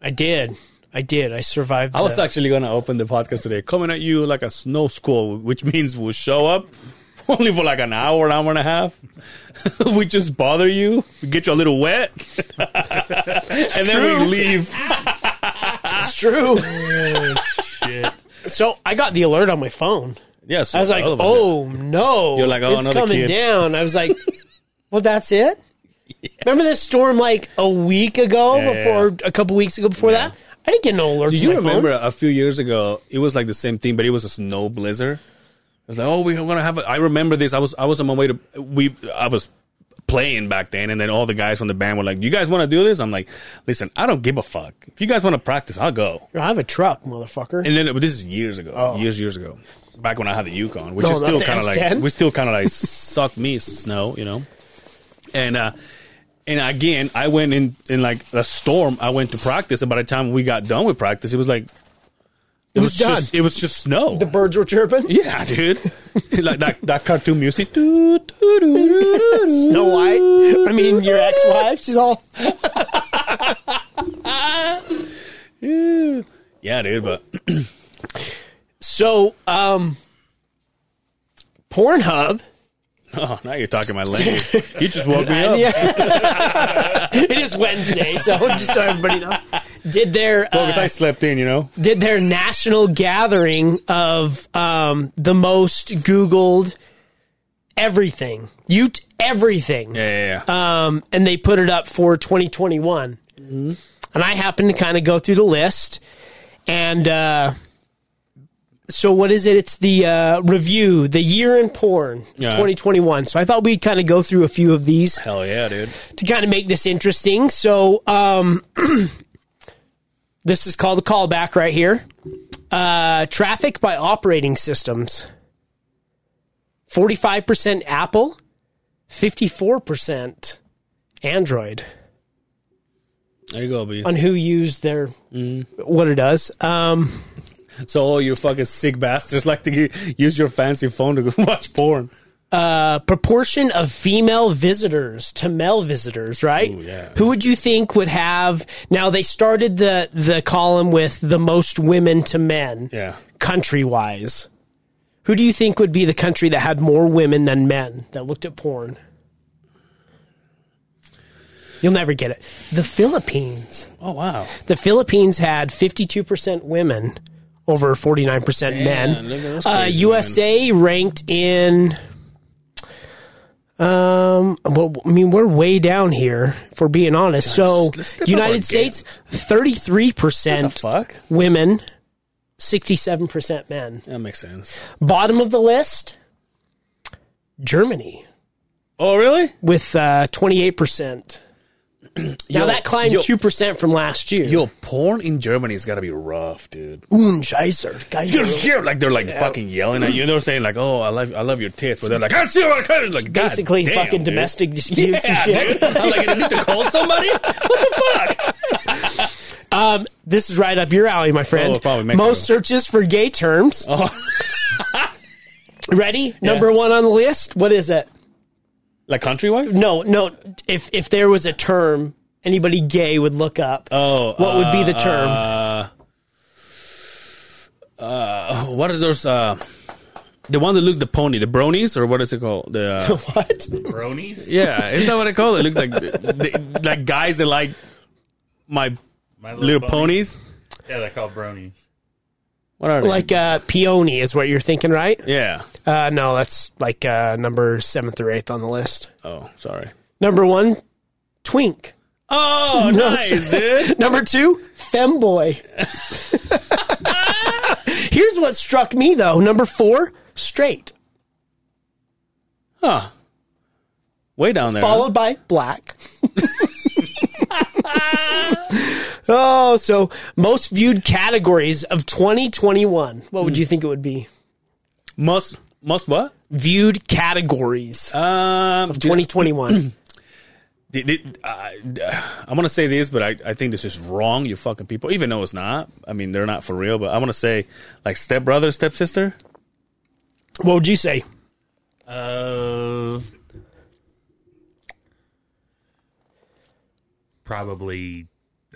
I did. I did. I survived. I was the- actually going to open the podcast today, coming at you like a snow squall, which means we'll show up only for like an hour, an hour and a half. we just bother you, we get you a little wet, and then we leave. it's true. so I got the alert on my phone. Yeah, I was like, "Oh no!" You're like, "Oh, it's another kid." coming down." I was like, "Well, that's it." Remember this storm like a week ago, Yeah, yeah, before a couple weeks ago before that. I didn't get no alert. Do on you my phone. remember a few years ago? It was like the same thing, but it was a snow blizzard. It was like, oh, we're gonna have. A, I remember this. I was I was on my way to we. I was playing back then, and then all the guys from the band were like, "You guys want to do this?" I'm like, "Listen, I don't give a fuck. If you guys want to practice, I'll go." I have a truck, motherfucker. And then but this is years ago, years years ago, back when I had the Yukon, which Oh. No, is not still the kind of like S10. we still kind of like suck me snow, you know. And uh and again, I went in in like a storm. I went to practice, and by the time we got done with practice, it was like it It was done. just it was just snow. The birds were chirping. yeah, dude. like that that cartoon music. Doo, doo, doo, doo, doo. Snow White. I mean, your ex-wife. She's all. yeah, dude. But So, um, Pornhub. oh, now you're talking my language. You just woke me up. it is Wednesday, so just so everybody knows. Did their Well, 'cause uh, I slept in, you know. did their national gathering of um, the most Googled everything, you everything, Yeah, yeah, yeah. Mm-hmm. um, and they put it up for 2021. And I happened to kind of go through the list, and uh, so what is it? It's the uh, review, the year in porn, Yeah. 2021. So I thought we'd kind of go through a few of these Hell yeah, dude. to kind of make this interesting. So, um, this is called a callback right here. Uh, traffic by operating systems 45% Apple, 54% Android There you go, B. on who used their Mm. what it does. Um, So all you fucking sick bastards like to g- use your fancy phone to go watch porn. a proportion of female visitors to male visitors, right? Ooh, yeah. Who would you think would have now they started the the column with the most women to men. Yeah. country wise, who do you think would be the country that had more women than men that looked at porn? You'll never get it. The Philippines. Oh wow. The Philippines had 52% women over 49% men. look at those Uh, crazy USA ranked in. Um. Well, I mean, we're way down here. If we're being honest, so let's- let's step up our game. United States, thirty-three What percent the fuck? women, 67% men. That makes sense. Bottom of the list, Germany Oh really? with uh, 28%. now Yo, that climbed yo- 2% from last year. Yo, porn in Germany's gotta be rough, dude. Unscheißer. Geiger. Yeah, like they're like fucking yelling at you. They're saying like, "Oh, I love, I love your tits," but they're like, "I see what I cut." Like, God Basically, damn, fucking dude. domestic disputes and Yeah, shit. dude. I'm like, I need to call somebody. This is right up your alley, my friend. Oh, probably Mexico. Most searches for gay terms. Oh. Ready? Number one on the list. What is it? like countrywide. No, no. If if there was a term anybody gay would look up, Oh, what would be the term? what is those? Uh, Uh, the one that looks the pony, the bronies, or what is it called? The uh, what? bronies. yeah, isn't that what I call it? Look like the, like guys that like my My little ponies. Yeah, they're called bronies. What are they? Like uh, peony is what you're thinking, right? yeah. Uh, no, that's like uh, number seventh or eighth on the list. Oh, sorry. Number one, twink. Oh, No, nice, sir. dude. Number two, femboy. Here's what struck me though. Number four, straight, Huh. Way down there. followed by black. oh, so most viewed categories of 2021. What would you think it would be? Must must what? Viewed categories Um, 2021. did- did- I, I want to uh, say this, but I, I think this is wrong. You fucking people, even though it's not. I mean, they're not for real. But I want to say, like step brother, step sister. what would you say? Uh, probably,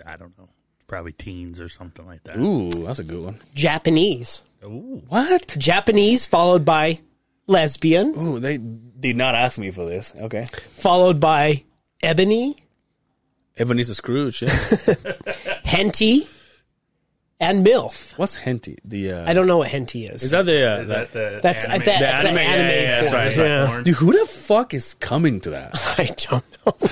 I don't know. Probably teens or something like that. Ooh, that's a good one. Japanese. Ooh. What? Japanese followed by lesbian, Ooh, they did not ask me for this. Okay, followed by ebony, Ebenezer Scrooge. Yeah. henty, and milf. What's henty? The uh, I don't know what henty is. is that the uh, Is that the That's- anime? I- that- the that's anime? an anime yeah, yeah, that's porn, right. yeah. right. Dude, who the fuck is coming to that? I don't know.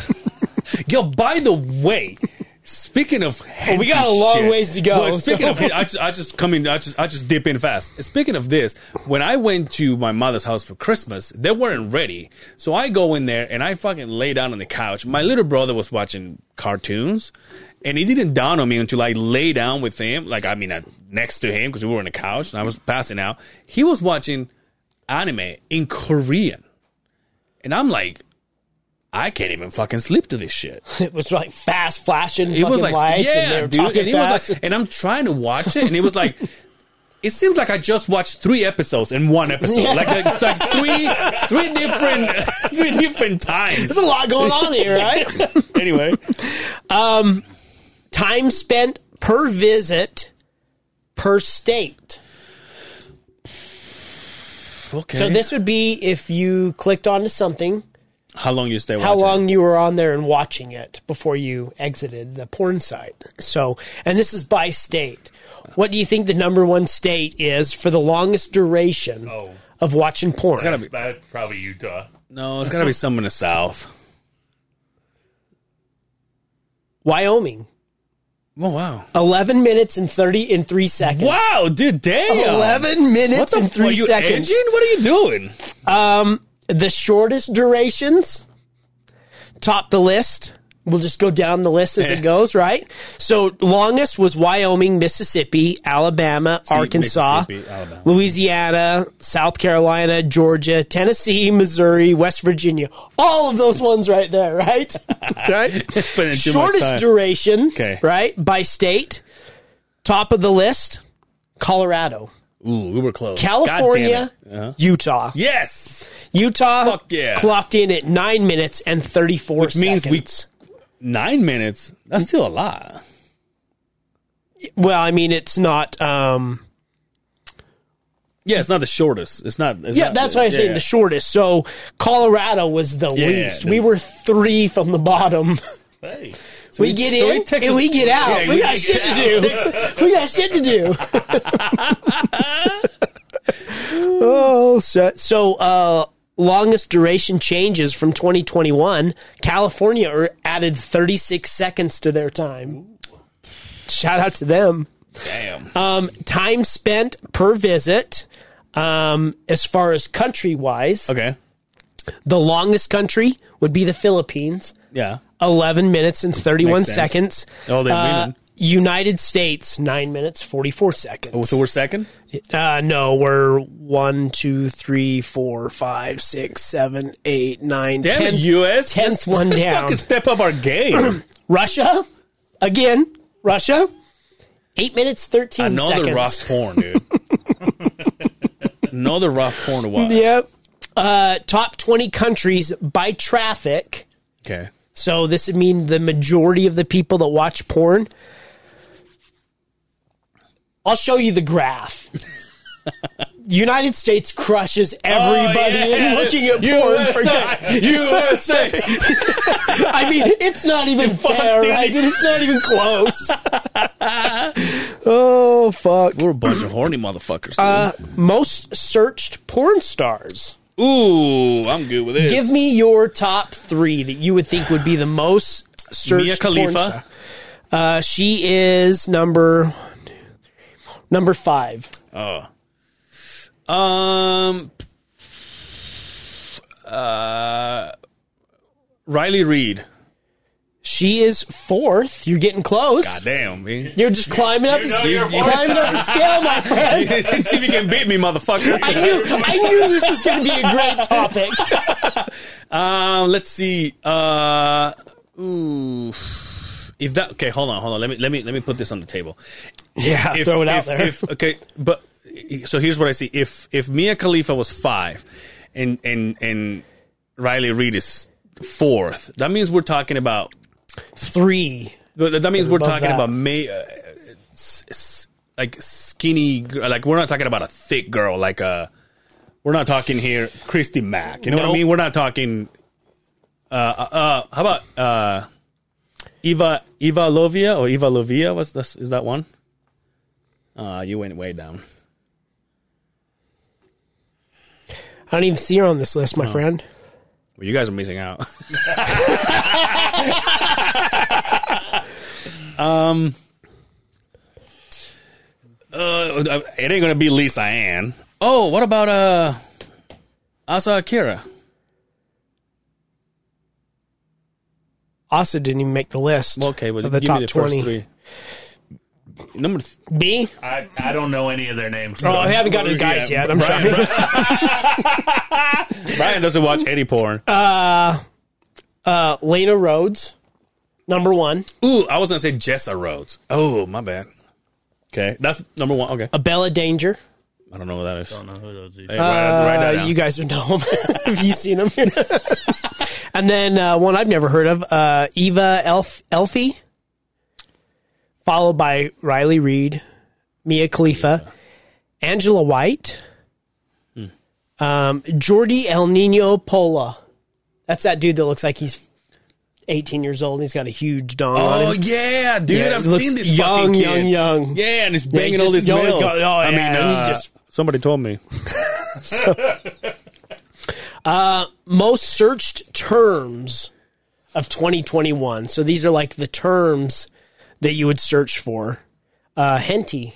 Yo, by the way, speaking of, henty Oh, we got a long shit- ways to go, Well, speaking so- of, hen- I just, I just come in, I just, I just dip in fast. Speaking of this, when I went to my mother's house for Christmas, they weren't ready, so I go in there and I fucking lay down on the couch. My little brother was watching cartoons, and it didn't dawn on me until I lay down with him, like I mean, uh, next to him because we were on the couch and I was passing out. He was watching anime in Korean, and I'm like. I can't even fucking sleep to this shit. It was like fast flashing It was like, fucking lights, yeah, and they were dude. talking And, he was fast. like, and I'm trying to watch it, and it was like, It seems like I just watched three episodes in one episode, like, like like three three different three different times. There's a lot going on here, right? Anyway, Time spent per visit per state. okay. So this would be if you clicked onto something, how long you stay? how watching? long you were on there and watching it before you exited the porn site. So, and this is by state. What do you think the number one state is for the longest duration Oh. of watching porn? gotta be- That's Uh, probably Utah. No, it's gotta be some in the south. Wyoming, Oh wow! eleven minutes and thirty and three seconds. Wow, dude, damn! Eleven What minutes the and fuck? three You seconds. edging? What are you doing? the shortest durations top the list. We'll just go down the list as Eh. it goes, right? So longest was Wyoming, Mississippi, Alabama, Arkansas, Mississippi, Alabama. Louisiana, South Carolina, Georgia, Tennessee, Missouri, West Virginia. All of those ones right there, right? right? Spending too much Shortest time. duration, Okay. right? By state. Top of the list, Colorado, Ooh, we were close. God damn it. California, Uh-huh. Utah. Yes, Utah Fuck yeah. clocked in at nine minutes and thirty four Which means seconds. we- nine minutes. That's still a lot. well, I mean, it's not. Um, Yeah, it's not the shortest. It's not. It's yeah, not- that's why I'm yeah. saying the shortest. So Colorado was the Yeah, least. the- we were three from the bottom. Hey. we, get so in it takes and us- we get out. Yeah, we, we got get shit out. to do. we got shit to do. oh, so, so uh, longest duration changes from 2021. California are- added 36 seconds to their time. Shout out to them. Damn. Um, time spent per visit. Um, as far as country wise, okay. the longest country would be the Philippines, Yeah. 11 minutes and 31 Makes sense. seconds. Uh, Oh, they're winning. United States, 9 minutes, 44 seconds. Oh, So we're second. uh, no, we're one, two, three, four, five, six, seven, eight, nine, Damn it, 10. U.S. tenth Let's- one let's down. Fucking step up our game. Russia, again, Russia, 8 minutes, 13 Another seconds. rough porn, dude. Another rough porn to watch. Yep. Uh, top 20 countries by traffic. Okay. So this would mean the majority of the people that watch porn. I'll show you the graph. United States crushes everybody Oh, yeah. in looking at porn. For USA, USA. I mean, it's not even fair, dude. right? It's not even close. oh fuck! We're a bunch of horny motherfuckers. Uh, Most searched porn stars. dude. Ooh, I'm good with this. Give me your top three that you would think would be the most searched. Mia porn Khalifa. star. Uh, she is number number five. Um. Uh, uh, Riley Reed. She is fourth. You're getting close. God damn, man. You're just climbing up, know the, you're climbing up the scale, my friend. See if you can beat me, motherfucker. I knew, I knew this was going to be a great topic. Um, let's see. Uh, ooh, if that okay, hold on, hold on. Let me let me let me put this on the table. Yeah, If, throw it out if- there. if- okay, but so here's what I see. If if Mia Khalifa was five, and and and Riley Reed is fourth, that means we're talking about. Three. That that means we're above talking that. about may, uh, s- s- like skinny, gr- like we're not talking about a thick girl, like a. We're not talking here, Christy Mack. You know what I Nope. mean? We're not talking. Uh, uh, how about uh, Eva Eva Lovia or Eva Lovia? What's this? Is that one? Uh, you went way down. I don't even see her on this list, my Oh. friend. Well, you guys are missing out. um, Um, uh, it ain't gonna be Lisa Ann. Oh, what about uh, Asa Akira? Also, didn't even make the list. Okay, well, of give the top me the first twenty. three. Number th- B. I, I don't know any of their names. Oh, I haven't gotten to the guys Yeah, yet. I'm Brian- sorry. Brian doesn't watch any porn. Uh, Lena Rhodes, number one. Ooh, I was gonna say Jessa Rhodes. Oh, my bad. Okay, that's number one. Okay, A Bella Danger. I don't know what that is. don't know who those are. Hey, write- write that Uh, down. you guys would know him. Have you seen him? and then uh, one I've never heard of, uh, Eva Elf- Elfie, followed by Riley Reed, Mia Khalifa, Angela White, Hmm. um, Jordi El Nino Pola. That's that dude that looks like he's 18 years old and he's got a huge dong on Oh him. yeah, dude! Yeah, I've he looks seen this young, fucking kid. young, young. Yeah, and he's Yeah, banging he's all just- these he always males. got- oh, I mean, yeah, he's uh, just- somebody told me. most searched terms of 2021. So these are like the terms that you would search for. Uh, henty,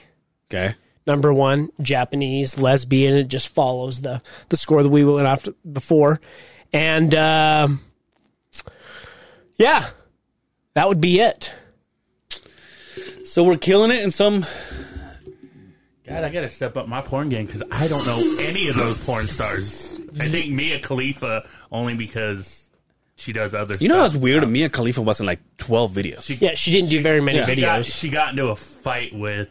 Okay, number one, Japanese, lesbian. It just follows the, the score that we went off to before. And um yeah, that would be it. so we're killing it in some. God, I gotta step up my porn game because I don't know any of those porn stars. I think Mia Khalifa only because she does other. You know stuff. what's weird? Mia Khalifa was in like twelve videos. Yeah, she didn't do very many Yeah. She got, videos. she got into a fight with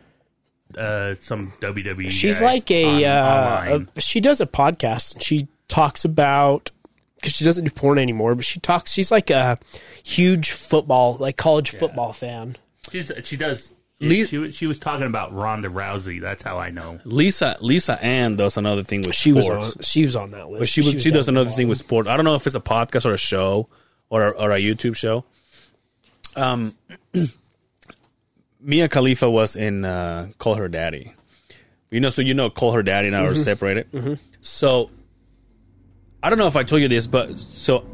uh, some WWE. She's guy like a, on- uh, online. a- she does a podcast and she talks about because she doesn't do porn anymore, but she talks. She's like a huge football, like college football fan. She's, she does. Lee- she, was- she was talking about Ronda Rousey. That's how I know. Lisa Lisa Ann does another thing with She was sports. on, she was on that list. But she was, she does down another there. thing with sport. I don't know if it's a podcast or a show or a, or a YouTube show. Um, Mia Khalifa was in uh, Call Her Daddy. You know, so you know, Call Her Daddy and I Mm-hmm. are separated. So I don't know if I told you this, but so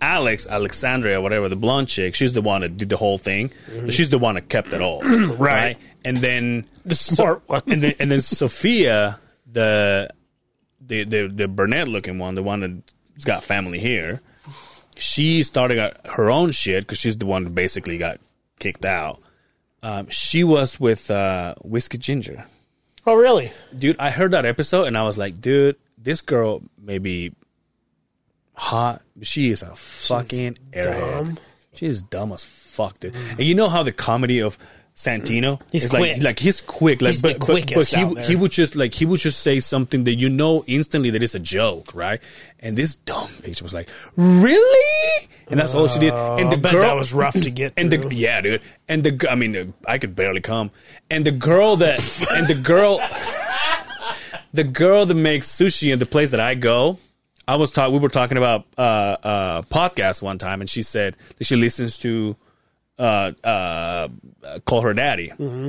Alex Alexandria, whatever the blonde chick, she's the one that did the whole thing. Mm-hmm. She's the one that kept it all, right? And then the smart one. and then and then Sophia, the the the, the brunette looking one, the one that's got family here, she started got her own shit because she's the one that basically got kicked out. Um, she was with uh, Whiskey Ginger, oh, really? dude. I heard that episode and I was like, dude, this girl may be hot. but She is a fucking airhead. dumb. She is dumb as fuck, dude. And you know how the comedy of Santino Mm. He's is quick. like, like he's quick, like He's but, the but- but quickest he, out there. he would just like he would just say something that you know instantly that it's a joke, right? And this dumb bitch was like, "Really?" And that's all she did. And the I bet girl that was rough to get And the through. yeah, dude. And the g- I mean, uh, I could barely come. And the girl that and the girl, the girl that makes sushi in the place that I go. I was talk. We were talking about uh, uh, podcast one time, and she said that she listens to uh, uh, call her daddy. Mm-hmm.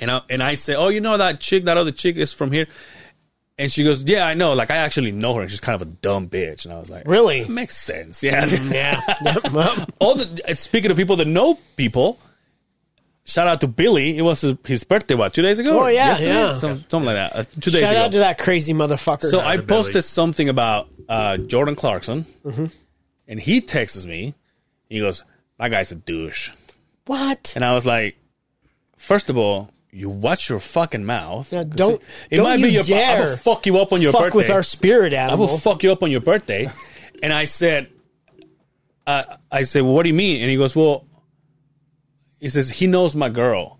And I and I say, oh, you know that chick, that other chick is from here. And she goes, yeah, I know. Like I actually know her. And she's kind of a dumb bitch. And I was like, Really? Mm, Makes sense. Yeah. Yeah. Yep, well, All the and speaking of people that know people. Shout out to Billy. It was his- his birthday what two days ago. Oh, yeah, Yesterday? yeah. Some, something like that. Uh, two days Shout ago. out to that crazy motherfucker. So I to Billy. posted something about uh, Jordan Clarkson, Mm-hmm. and he texts me. He goes, "That guy's a douche." what? And I was like, first of all, you watch your fucking mouth. Now, don't It don't might you be your. I dare will fuck you up on your fuck birthday. with our spirit I animal. will fuck you up on your birthday. And I said, uh, I said, well, what do you mean? And he goes, well, he says he knows my girl,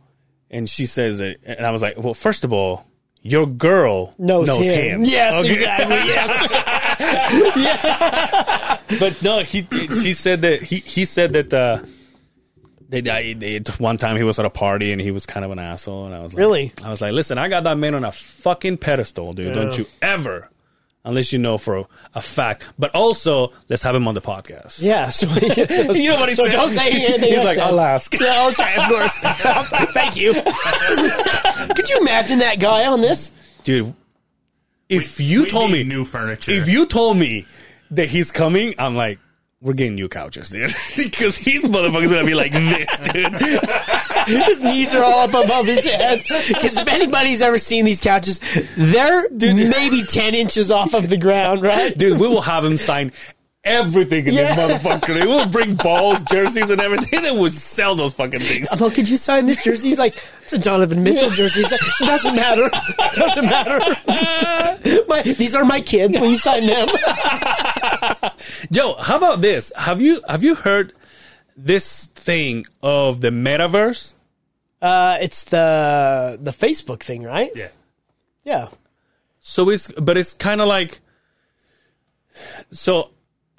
and she says it. And I was like, well, first of all, your girl knows, him. him. Yes, Okay? exactly. Yes. but no, he she said that he he said that uh, that I, they, one time he was at a party and he was kind of an asshole, and I was like, Really? I was like, listen, I got that man on a fucking pedestal, dude. Don't you ever. Unless you know for a, a fact, but also let's have him on the podcast. yeah. So, You know what he so said? don't say anything. He's else like, then. I'll ask. Yeah, okay, of course. Thank you. Could you imagine that guy on this? dude. If you We told me, need new furniture. if you told me that he's coming, I'm like, we're getting new couches, dude, because his motherfucker's gonna be like this, dude. His knees are all up above his head. Because if anybody's ever seen these couches, they're maybe 10 inches off of the ground, right? dude, we will have him sign everything in Yeah. this motherfucker. Dude. We'll bring balls, jerseys, and everything, and we'll sell those fucking things. Uh, Well, could you sign this jersey? He's like, it's a Donovan Mitchell jersey. He's like, doesn't matter. Doesn't matter. My, these are my kids. Will you sign them? Yo, how about this? Have you have you heard this thing of the metaverse? Uh, it's the the Facebook thing, right? Yeah. Yeah. So it's but it's kind of like so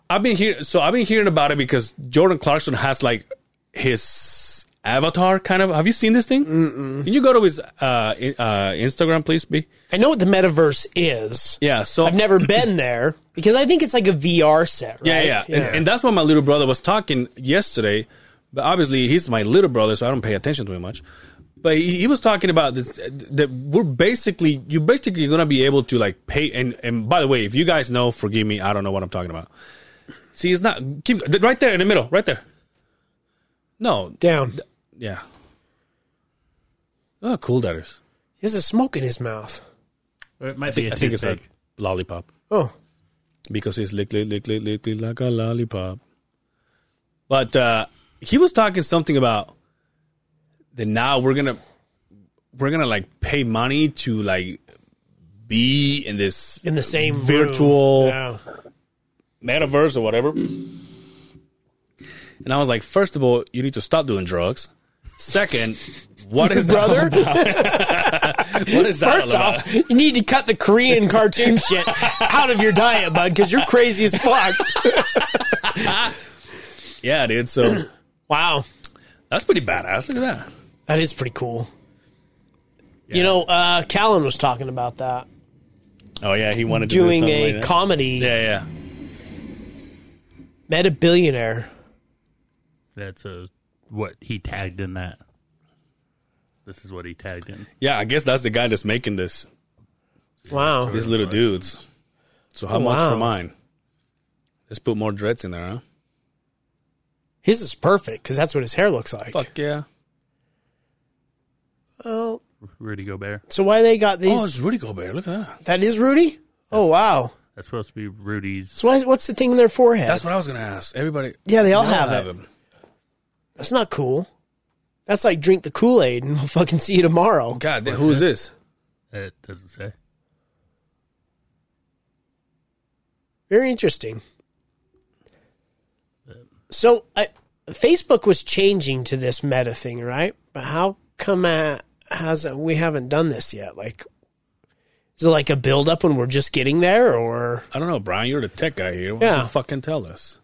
I've been here so I've been hearing about it because Jordan Clarkson has like his avatar kind of have you seen this thing? Mm-mm. Can you go to his uh, in- uh Instagram please be? I know what the metaverse is. Yeah, so I've never been there because I think it's like a VR set, right? yeah, yeah. And, and that's what my little brother was talking yesterday. But obviously, he's my little brother, so I don't pay attention to him much. But he, he was talking about this, that we're basically you're basically gonna be able to like pay. And and by the way, if you guys know, forgive me, I don't know what I'm talking about. See, it's not keep right there in the middle, right there. No, Down. yeah. Oh, cool that is. He has a smoke in his mouth. Or it might I think, be a I think it's a toothpick. lollipop. Oh, because it's lick, lick, lick, lick, lick, lick, like a lollipop. But uh, he was talking something about that now we're gonna we're gonna like pay money to like be in this in the same room. Virtual- Yeah. metaverse or whatever. And I was like, first of all, you need to stop doing drugs. Second, what is that all Brother? about? what is that all First about? off, you need to cut the Korean cartoon shit out of your diet, bud, because you're crazy as fuck. Yeah, dude. So Wow, that's pretty badass. Look at that. that is pretty cool. You know, uh, Callan was talking about that Oh yeah, he wanted to doing do something a like that. comedy, Yeah, yeah. met a billionaire. That's a what he tagged in that. This is what he tagged in. Yeah, I guess that's the guy that's making this. Wow, These little dudes. So how much for wow. mine? Let's put more dreads in there, huh? his is perfect because that's what his hair looks like. Fuck yeah. Well, Rudy Gobert. so why they got these? Oh, it's Rudy Gobert. Look at that. that is Rudy. Oh wow. That's supposed to be Rudy's. So why, what's the thing in their forehead? That's what I was going to ask. Everybody. yeah, they all Y'all have, it. him. That's not cool. That's like drink the Kool Aid and we'll fucking see you tomorrow. God, damn, who is this? It doesn't say. Very interesting. So I, Facebook was changing to this meta thing, right? But how come uh, has we haven't done this yet? Like, is it like a build up when we're just getting there, or I don't know, Brian. You're the tech guy here. Why Yeah. don't you fucking tell us?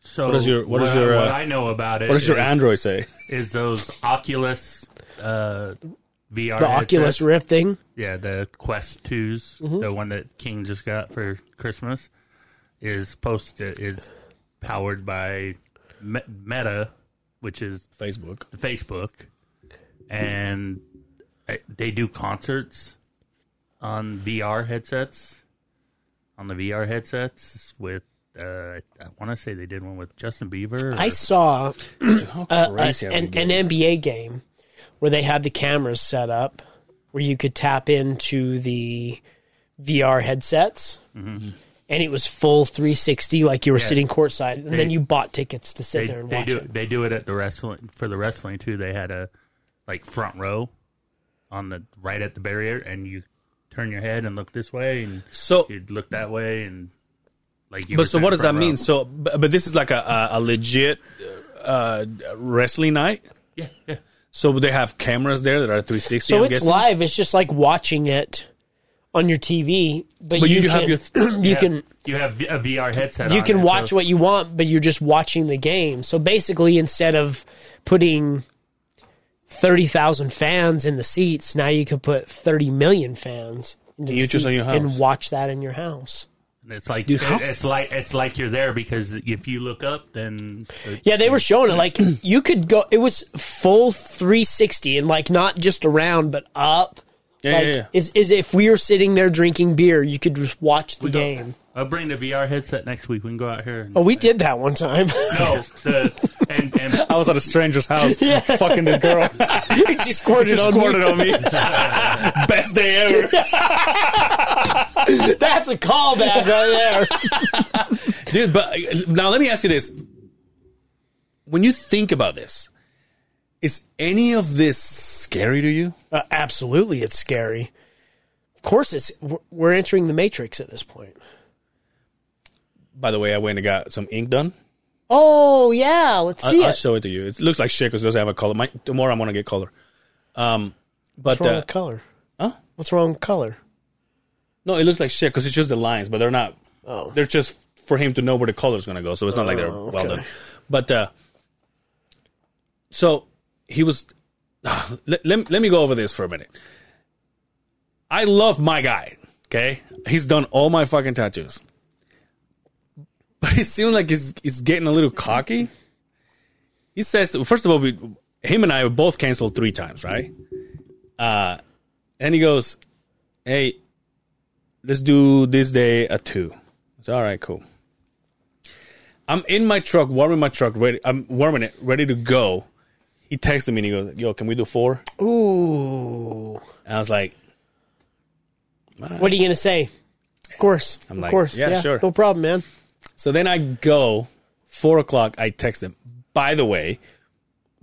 So What is your- what what is your, I, what uh, I know about it? What does your is- Android say? Is those Oculus uh, VR the Oculus headsets. Rift thing? Yeah, the Quest 2s Mm-hmm. the one that King just got for Christmas, is posted is powered by Me- Meta, which is Facebook. Facebook, and I- they do concerts on VR headsets. On the VR headsets with, uh, I want to say they did one with Justin Bieber. or- I saw How a- a- crazy are we an, getting? an NBA game where they had the cameras set up where you could tap into the VR headsets. Mm-hmm. And it was full 360, like you were sitting courtside, and then you bought tickets to sit they, there and they watch do it. they do it at the wrestling for the wrestling too. They had a like front row on the right at the barrier, and you turn your head and look this way, and So, you'd look that way, and like you. were but so kinda what does that front row. mean? So, but, but this is like a, a, a legit uh, wrestling night. Yeah, yeah. So they have cameras there that are 360. So I'm it's guessing? live. It's just like watching it on your TV, but, But you, you do can, have you You have- can you have a VR headset. you on can it, watch so what you want, but you're just watching the game. So basically, instead of putting thirty thousand fans in the seats, now you can put thirty million fans into the You just on seats your house. and watch that in your house. It's like Dude, how- it's like it's like you're there because if you look up, then the- Yeah, they were showing it like you could go. It was full three sixty and like not just around but up. Yeah, like, yeah, yeah. Is is if we were sitting there drinking beer, you could just watch the we go- game. I'll bring the VR headset next week. We can go out here. And, Oh, we did that one time. no, the and and Oh. I was at a stranger's house, fucking this girl. she squirted Just on squirted me. on me. Best day ever. That's a callback right there. Dude, but uh, now let me ask you this. When you think about this, is any of this scary to you? Uh, absolutely, it's scary. Of course, it's we're- we're entering the matrix at this point. By the way, I went and got some ink done. Oh yeah, let's I, see I'll it. Uh, show it to you. It looks like shit because it doesn't have a color. My, tomorrow I'm going to get color. Um, What's but wrong uh, with color? huh? What's wrong with color? no, it looks like shit because it's just the lines, but they're not. Oh. They're just for him to know where the color's gonna go. So it's not like they're Oh, well okay. done. But uh, so he was. let, let let me go over this for a minute. I love my guy. Okay, he's done all my fucking tattoos, but it seems like he's he's getting a little cocky. He says, first of all, we him and I both canceled three times, right? Uh, and he goes, "Hey, let's do this day at two. It's all right, cool. I'm in my truck, warming my truck, ready. I'm warming it, ready to go. He texted me and he goes, "Yo, can we do four? Ooh. And I was like, What are you gonna say? Of course. I'm of like, course. yeah, sure. No problem, man. So then I go four o'clock. I text him. By the way,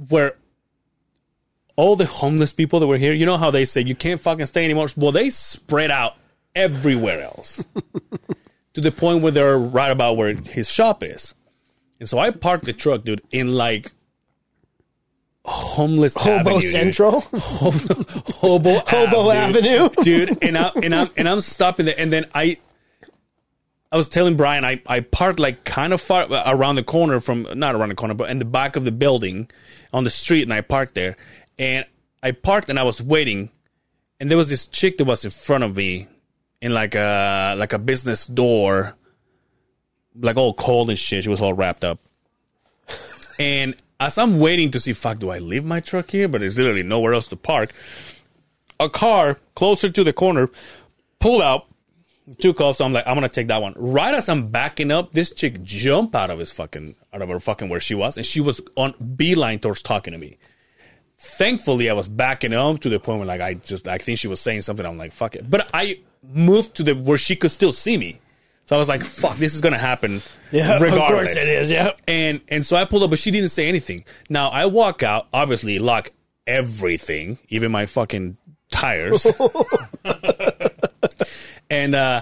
where all the homeless people that were here, you know how they say you can't fucking stay anymore. Well, they spread out everywhere else to the point where they're right about where his shop is. And so I parked the truck, dude, in like homeless Hobo avenue, dude. Central, hobo, hobo, Hobo Avenue. dude. And I and I'm and I'm stopping there, and then I. I was telling Brian I, I parked like kind of far uh, around the corner from not around the corner but in the back of the building on the street and I parked there and I parked and I was waiting and there was this chick that was in front of me in like a like a business door like all cold and shit she was all wrapped up and as I'm waiting to see, fuck, do I leave my truck here? But there's literally nowhere else to park. A car closer to the corner pulled out, took off. So I'm like, I'm gonna take that one. Right as I'm backing up, this chick jumped out of his fucking out of her fucking where she was, and she was on beeline towards talking to me. Thankfully, I was backing up to the point where like I just I think she was saying something. I'm like, fuck it. But I moved to the where she could still see me. So I was like, fuck, this is gonna happen. yeah, regardless of course it is. Yeah, and and so I pulled up, but she didn't say anything. Now I walk out, obviously lock everything, even my fucking tires, and uh,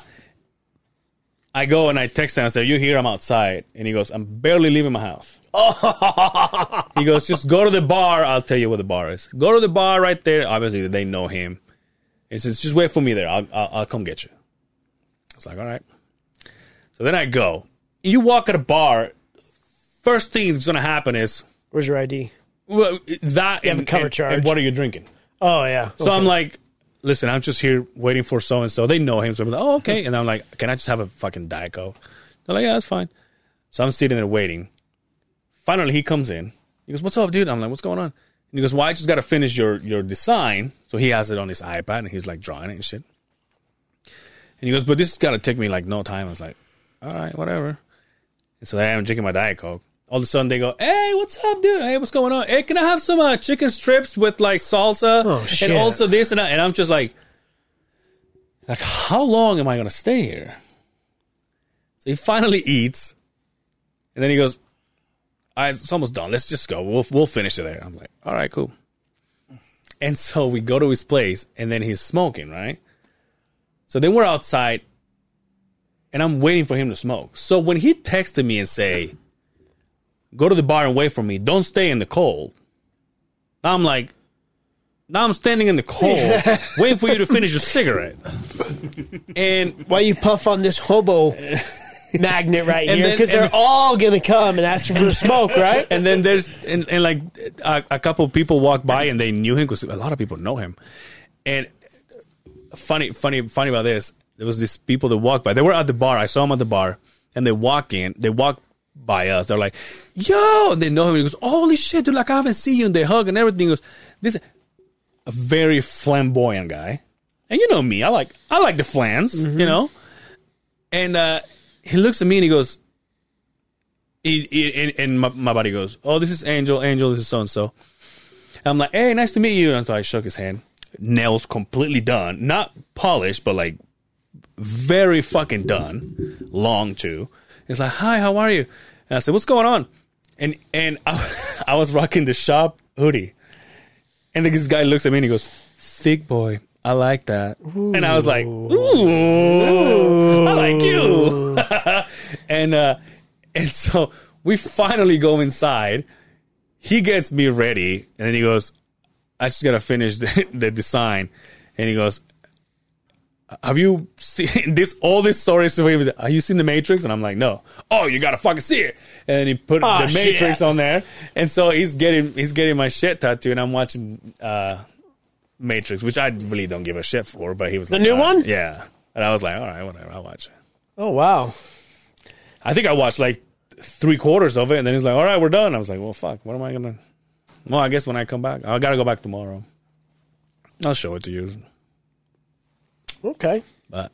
I go and I text him. I say, "You here? I'm outside." And he goes, "I'm barely leaving my house." he goes, "Just go to the bar. I'll tell you where the bar is. Go to the bar right there. Obviously they know him. He says, "Just wait for me there. I'll I'll, I'll come get you." I was like, "All right." So then I go. You walk at a bar, first thing that's gonna happen is where's your ID? well, that have and, a cover and- charge. and what are you drinking? Oh yeah. So I'm like, listen, I'm just here waiting for so and so. They know him, so I'm like, oh okay. And I'm like, can I just have a fucking diet coke? They're like, yeah, that's fine. So I'm sitting there waiting. Finally, he comes in. He goes, what's up, dude? I'm like, what's going on? And he goes, well, I just gotta finish your your design. So he has it on his iPad and he's like drawing it and shit. And he goes, but this is gonna take me like no time. I was like, all right, whatever. And so I'm drinking my Diet Coke. All of a sudden they go, hey, what's up, dude? Hey, what's going on? Hey, can I have some uh, chicken strips with like salsa Oh, shit. and also this and that? And I'm just like, like, how long am I gonna stay here? So he finally eats, and then he goes, "I it's almost done. Let's just go. We'll we'll finish it there." I'm like, "All right, cool." And so we go to his place, and then he's smoking, right? So then we're outside, and I'm waiting for him to smoke. So when he texted me and say, "Go to the bar and wait for me. Don't stay in the cold," I'm like, "Now I'm standing in the cold, waiting for you to finish your cigarette," and Why you puff on this hobo magnet right And here? then- Because and- they're all gonna come and ask you for a smoke, right? and then there's and, and like a, a couple people walk by and they knew him because a lot of people know him. And funny, funny, funny about this, there was these people that walked by. They were at the bar. I saw them at the bar, and they walk in. They walk by us. They're like, "Yo!" And they know him. He goes, "Holy shit, dude! Like I haven't seen you." And they hug and everything. He goes, "This a very flamboyant guy." And you know me, I like I like the flans, you know. And uh, he looks at me and he goes, he, he- and, and my, my buddy goes, "Oh, this is Angel. Angel, this is so and so." I'm like, "Hey, nice to meet you." And so I shook his hand. Nails completely done, not polished, but like very fucking done, long too. It's like, "Hi, how are you?" And I said, "What's going on?" And and I, I was rocking the shop hoodie, and this guy looks at me and he goes, "Thick boy." I like that. And I was like, ooh, I like you. and uh and so we finally go inside. He gets me ready, and then he goes, I just gotta finish the, the design. And he goes, Have you seen this? All these stories of him. Have you seen The Matrix? And I'm like, No. Oh, you gotta fucking see it. And he put Aw, The Matrix shit. on there. And so he's getting he's getting my shit tattooed, and I'm watching uh, Matrix, which I really don't give a shit for. But he was the new one? Yeah. And I was like, All right, whatever. I'll watch it. Oh wow. I think I watched like three quarters of it, and then he's like, "All right, we're done." I was like, "Well, fuck. What am I gonna?" Well, I guess when I come back, I gotta go back tomorrow. I'll show it to you, Okay. but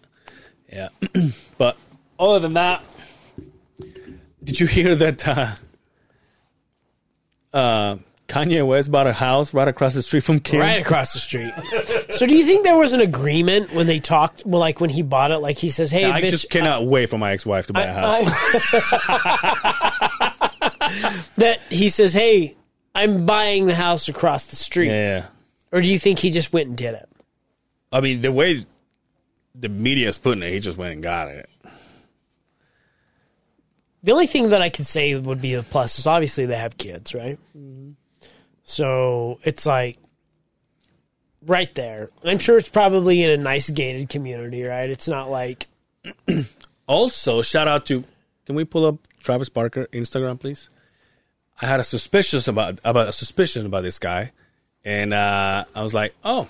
yeah. but other than that, did you hear that uh, uh, Kanye West bought a house right across the street from Kim? Right across the street. so do you think there was an agreement when they talked? Well, like when he bought it, like he says, "Hey, I bitch, just cannot wait for my ex-wife to buy a house. I- that he says, "Hey, I'm buying the house across the street," yeah. or do you think he just went and did it? I mean, the way the media's putting it, he just went and got it. The only thing that I could say would be a plus is obviously they have kids, right? So it's like right there. I'm sure it's probably in a nice gated community, right? It's not like Also, shout out to can we pull up Travis Barker Instagram, please? I had a suspicious about about a suspicion about this guy, and uh, I was like, oh,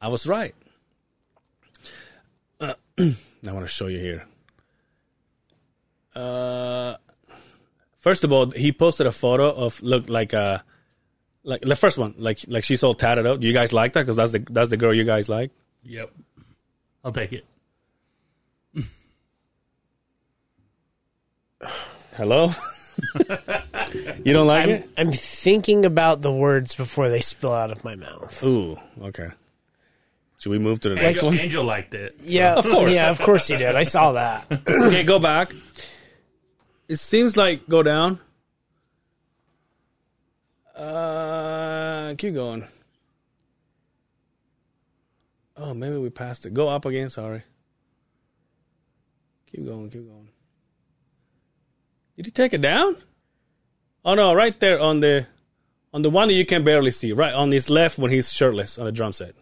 I was right. Uh, I want to show you here. Uh, first of all, he posted a photo of look like a like the first one, like like she's all tatted up. Do you guys like that? Because that's the that's the girl you guys like. Yep. I'll take it. Hello. you don't like it? I'm, I'm thinking about the words before they spill out of my mouth. Ooh, okay. Should we move to the next Angel, one? Angel liked it. Yeah, Of course. Yeah, of course he did. I saw that. okay, go back. It seems like go down. Uh, keep going. Oh, maybe we passed it. Go up again. Sorry. Keep going. Keep going. Did you take it down? Oh no, right there on the on the one that you can barely see, right on his left when he's shirtless on the drum set.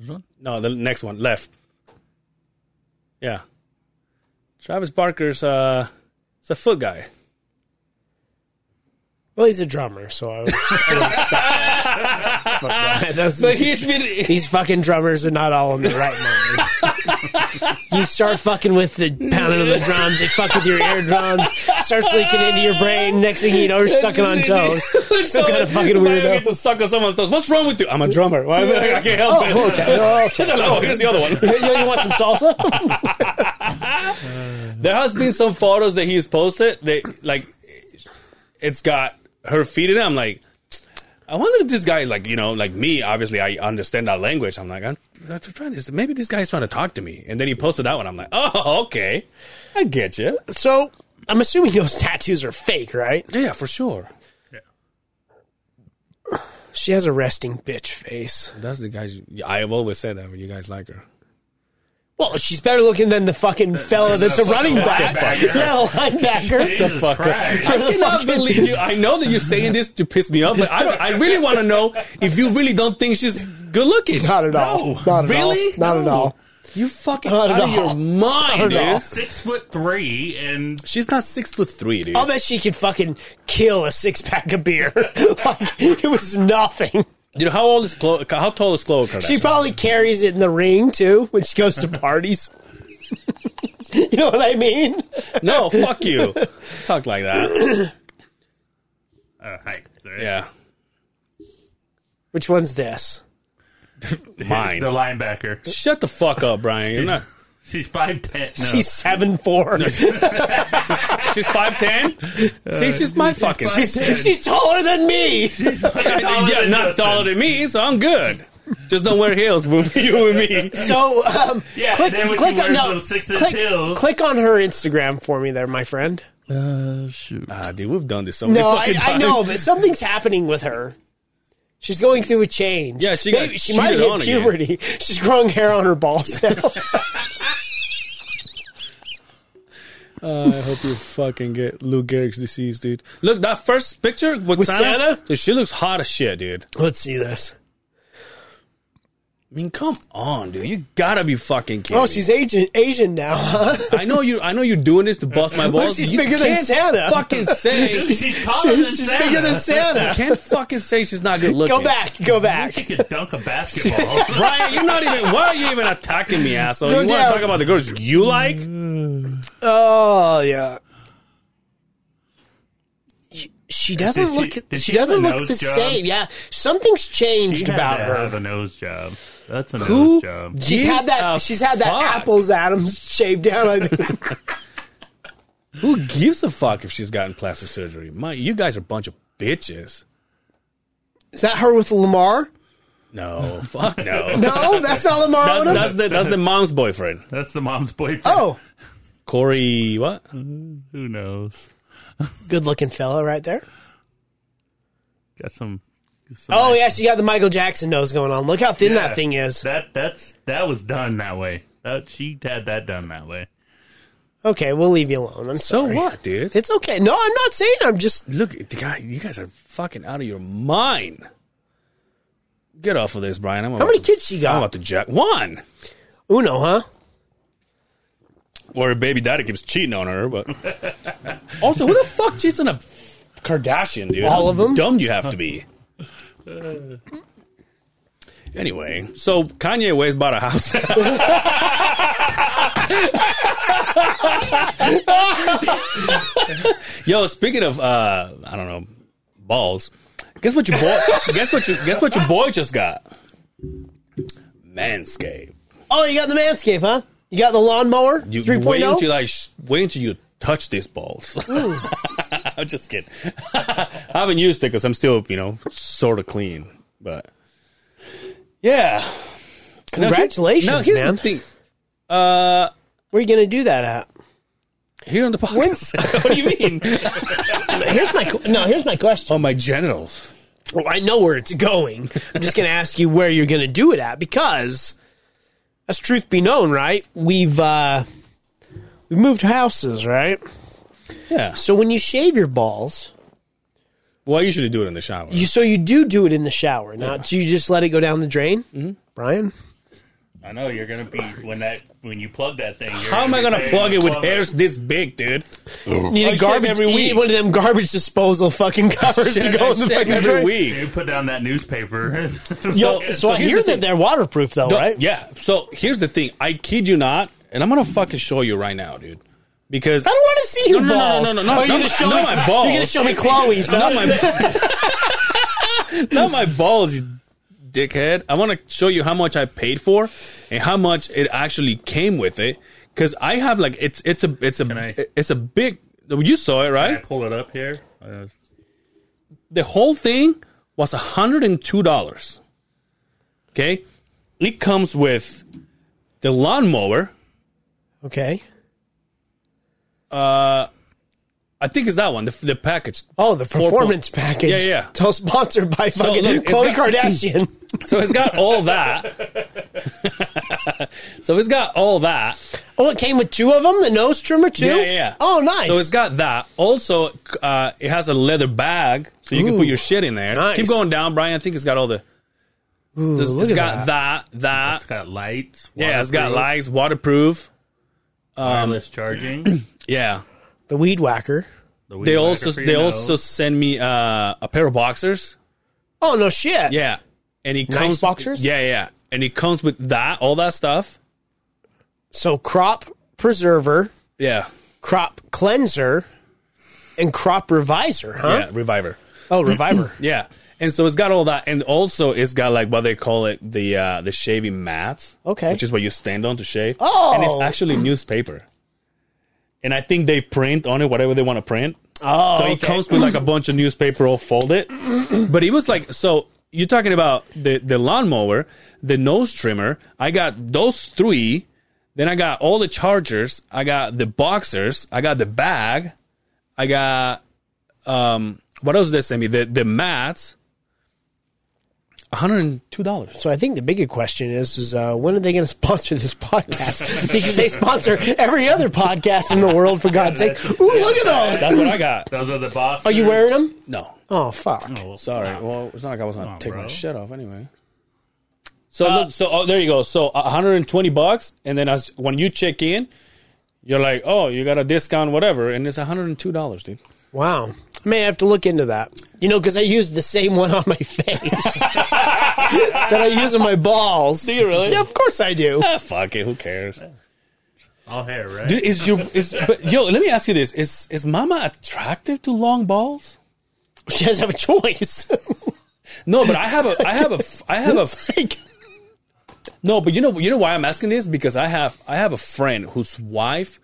This one? No, the next one, left. Yeah. Travis Barker's uh he's a foot guy. Well, he's a drummer, so I was. I would expect that. Fuck that. Those- been these fucking drummers are not all in the right mind. you start fucking with the pounding of the drums, they fuck with your eardrums, starts leaking into your brain. Next thing you know, you're sucking on toes. Some kind of fucking I weirdo. get to suck on someone's toes. What's wrong with you? I'm a drummer. Why I can't help it. Oh, okay. Oh, okay. Oh, here's the other one. You, you want some salsa? There has been some photos that he's posted that like it's got her feet in it. I'm like, I wonder if this guy is like you know like me. Obviously, I understand that language. I'm like, I'm, I'm trying to maybe this guy's trying to talk to me. And then he posted that one. I'm like, oh okay, I get you. so, I'm assuming those tattoos are fake, right? Yeah, for sure. She has a resting bitch face. That's the guys. I have always said that when you guys like her. Well, she's better looking than the fucking fella that's a running back. Yeah, linebacker. Jesus Christ. I cannot believe you. I know that you're saying this to piss me off, but I don't. I really want to know if you really don't think she's good looking. Not at all. No. Not at really? all. Not at all. You fucking Not at out of all. your mind, Not at all. dude. Six foot three and She's not six foot three, dude. I'll bet she could fucking kill a six pack of beer. like it was nothing. You know how old is Chloe? How tall is Chloe Kardashian? She probably carries it in the ring too when she goes to parties. you know what I mean? no, fuck you. Talk like that. uh, height. Yeah, Which one's this? mine. The linebacker. Shut the fuck up, Brian. You're not- She's five ten. No. She's seven four. she's five ten. See, she's my fucking. She's, she's taller than me. yeah, than not Justin. taller than me, so I'm good. Just don't wear heels, boo. you and me. So um, Yeah, click, and then when she click wears on no, those six-inch click, heels. click on her Instagram for me, there, my friend. Uh, shoot. Ah, dude, we've done this so many No, I, fucking I times. know, but something's happening with her. She's going through a change. Yeah, she got she might cheated hit on again. puberty. She's growing hair on her balls now. Uh, I hope you fucking get Lou Gehrig's disease, dude. Look, that first picture with, With Santa, Santa? dude, she looks hot as shit, dude. Let's see this. I mean, come on, dude. You gotta be fucking kidding. Oh, she's Asian, Asian now. Huh? I know you. I know you're doing this to bust my balls. she's You bigger than can't Santa. Fucking say. She's taller than she's Santa. bigger than you Santa. can't fucking say she's not good looking. Go back. Go She back. could dunk a basketball. Brian. You're not even. Why are you even attacking me, asshole? Go you want down. to talk about the girls you like? Oh yeah. She- She doesn't she- look. did she, she have doesn't a nose look the job? same. Yeah, something's She changed had about to her. Have a nose job. That's a Who? nose job. She's gives had a that. She's had that fuck? apples Adams shaved down. I think. Who gives a fuck if she's gotten plastic surgery? My, you guys are a bunch of bitches. Is that her with Lamar? No, fuck no. No, that's not Lamar That's, Odom. that's the that's the mom's boyfriend, That's the mom's boyfriend. oh, Corey. What? who knows? good looking fella right there. Got some. some Oh yeah, she got the Michael Jackson nose going on. Look how thin Yeah. that thing is. That that's that was done that way. That she had that done that way. Okay, we'll leave you alone. I'm So sorry. what, dude? It's okay. No, I'm not saying. I'm just. Look, the guy. You guys are fucking out of your mind. Get off of this, Brian. I'm How about many to- kids she I'm got? about to jack one. Uno, huh? Or her baby daddy keeps cheating on her, but also who the fuck cheats on a Kardashian, dude? All of How them? Dumb you have to be. Anyway, so Kanye West bought a house. Yo, speaking of uh, I don't know balls, guess what your boy? guess what you? Guess what your boy just got? Manscaped. Oh, you got the manscape, huh? You got the lawnmower You, three wait point until oh. I sh- wait until you touch these balls. I'm just kidding. I haven't used it because I'm still, you know, sort of clean. But yeah, Now, here- Congratulations, now, here's man. The thing. Uh, Where are you gonna do that at? here on the podcast. what do you mean? Here's my qu- no. Here's my question. On Oh, my genitals. Well, I know where it's going. I'm just going to ask you where you're going to do it at because, as truth be known, right? We've uh, we moved houses, right? Yeah. So when you shave your balls, Well, I usually do it in the shower. you so you do do it in the shower, not you just let it go down the drain, Mm-hmm. Brian. I know you're gonna be when that when you plug that thing. you're How am I be gonna paying plug to it with plug hairs this big, dude? You need I a shave garbage every you need week. one of them garbage disposal fucking covers to Shit, go I in the shave fucking every drain. week. You put down that newspaper. Yo, so, so I here's hear the that thing. they're waterproof though, No, right? Yeah. So here's the thing. I kid you not, and I'm gonna fucking show you right now, dude. Because I don't want to see your No, no, no, balls. no, no, no, oh, not you're gonna my- show not me my balls. You're gonna show me Chloe's. huh? not my not my balls, you dickhead. I want to show you how much I paid for and how much it actually came with it. Because I have like it's it's a it's a I- it's a big. You saw it I right? pull it up here. Uh, The whole thing was hundred and two dollars. Okay, it comes with the lawnmower. Okay. I think it's that one. The, the package. Oh, the Four performance package. Yeah, yeah. Tell sponsored by fucking look, it's Khloe got- Kardashian. So it's got all that. so it's got all that. oh, it came with two of them. The nose trimmer too. Yeah, yeah, yeah. Oh, nice. So it's got that. Also, uh, it has a leather bag, so you can Ooh. put your shit in there. Nice. Keep going down, Brian. I think it's got all the. Ooh, it's- look it's at got that, that. it's got lights. yeah, it's got waterproof, lights, waterproof. wireless charging. the Yeah. The weed whacker. weed They whacker also for they your nose. also send me uh, a pair of boxers. Oh no, shit. Yeah, and it Nice comes boxers? Yeah, yeah, and it comes with that all that stuff. So crop preserver, Yeah, crop cleanser, and crop reviser. Huh? yeah, reviver. Oh, reviver. Yeah, and so it's got all that, and also it's got like what they call it the uh, the shaving mats. Okay. which is what you stand on to shave. Oh. and it's actually newspaper. And I think they print on it whatever they want to print. Oh, so it okay. comes with like a bunch of newspaper all folded. but it was like so. You're talking about the the lawnmower, the nose trimmer. I got those three. Then I got all the chargers. I got the boxers. I got the bag. I got um what else did they send me? The the mats. $102. So I think the bigger question is, is uh, when are they going to sponsor this podcast? because they sponsor every other podcast in the world, for God's sake. Ooh, look at those. That's what I got. Those are the boxes. Are you wearing them? No. Oh, fuck. Sorry. Well, it's not like I was gonna on, take my bro. shit off anyway. So look, so oh, there you go. So uh, 120 bucks, and then as when you check in, you're like, oh, you got a discount, whatever, and it's 102 dollars, dude. Wow. I may have to look into that. You know, because I use the same one on my face that I use on my balls. Do you really? Yeah, of course I do. Ah, fuck it. Who cares? All hair, right? Dude, is your is but yo? Let me ask you this: Is is Mama attractive to long balls? She doesn't have a choice. No, but I have a I have a f- I have a f- like, No, but you know, you know why I'm asking this because I have I have a friend whose wife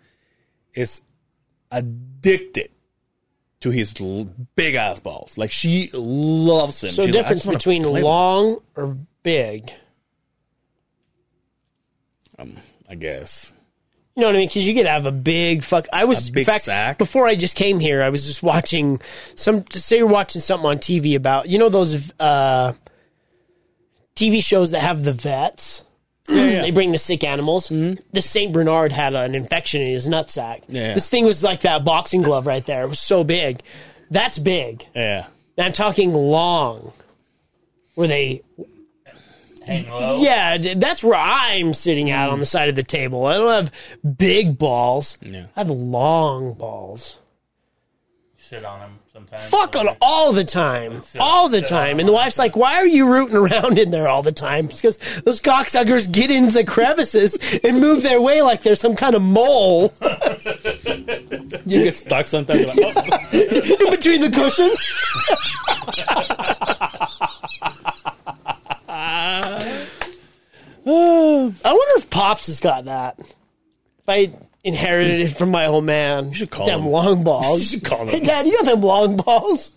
is addicted to his l- big ass balls. Like she loves him. so She's like, I difference just wanna between play with long or big. him, I guess. You know what I mean? Because you could have a big fuck. I was big in fact sack. before I just came here. I was just watching some. Just say you're watching something on TV about you know those uh, TV shows that have the vets. they bring the sick animals. The Saint Bernard had an infection in his nutsack. Mm-hmm. Yeah. This thing was like that boxing glove right there. It was so big. That's big. Yeah. And I'm talking long. Where they Hang Oh. low. yeah, d- that's where I'm sitting out on the side of the table. I don't have big balls. I have long balls. Sit on them sometimes. Fuck on all the time. Sit- All the sit time. on And the wife's like, why are you rooting around in there all the time? It's because those cocksuckers get into the crevices and move their way like they're some kind of mole You get stuck sometimes. you're Like, oh. in between the cushions. I wonder if Pops has got that. If I inherited it from my old man. You should call them him. long balls. You should call him. Hey, Dad, you got them long balls?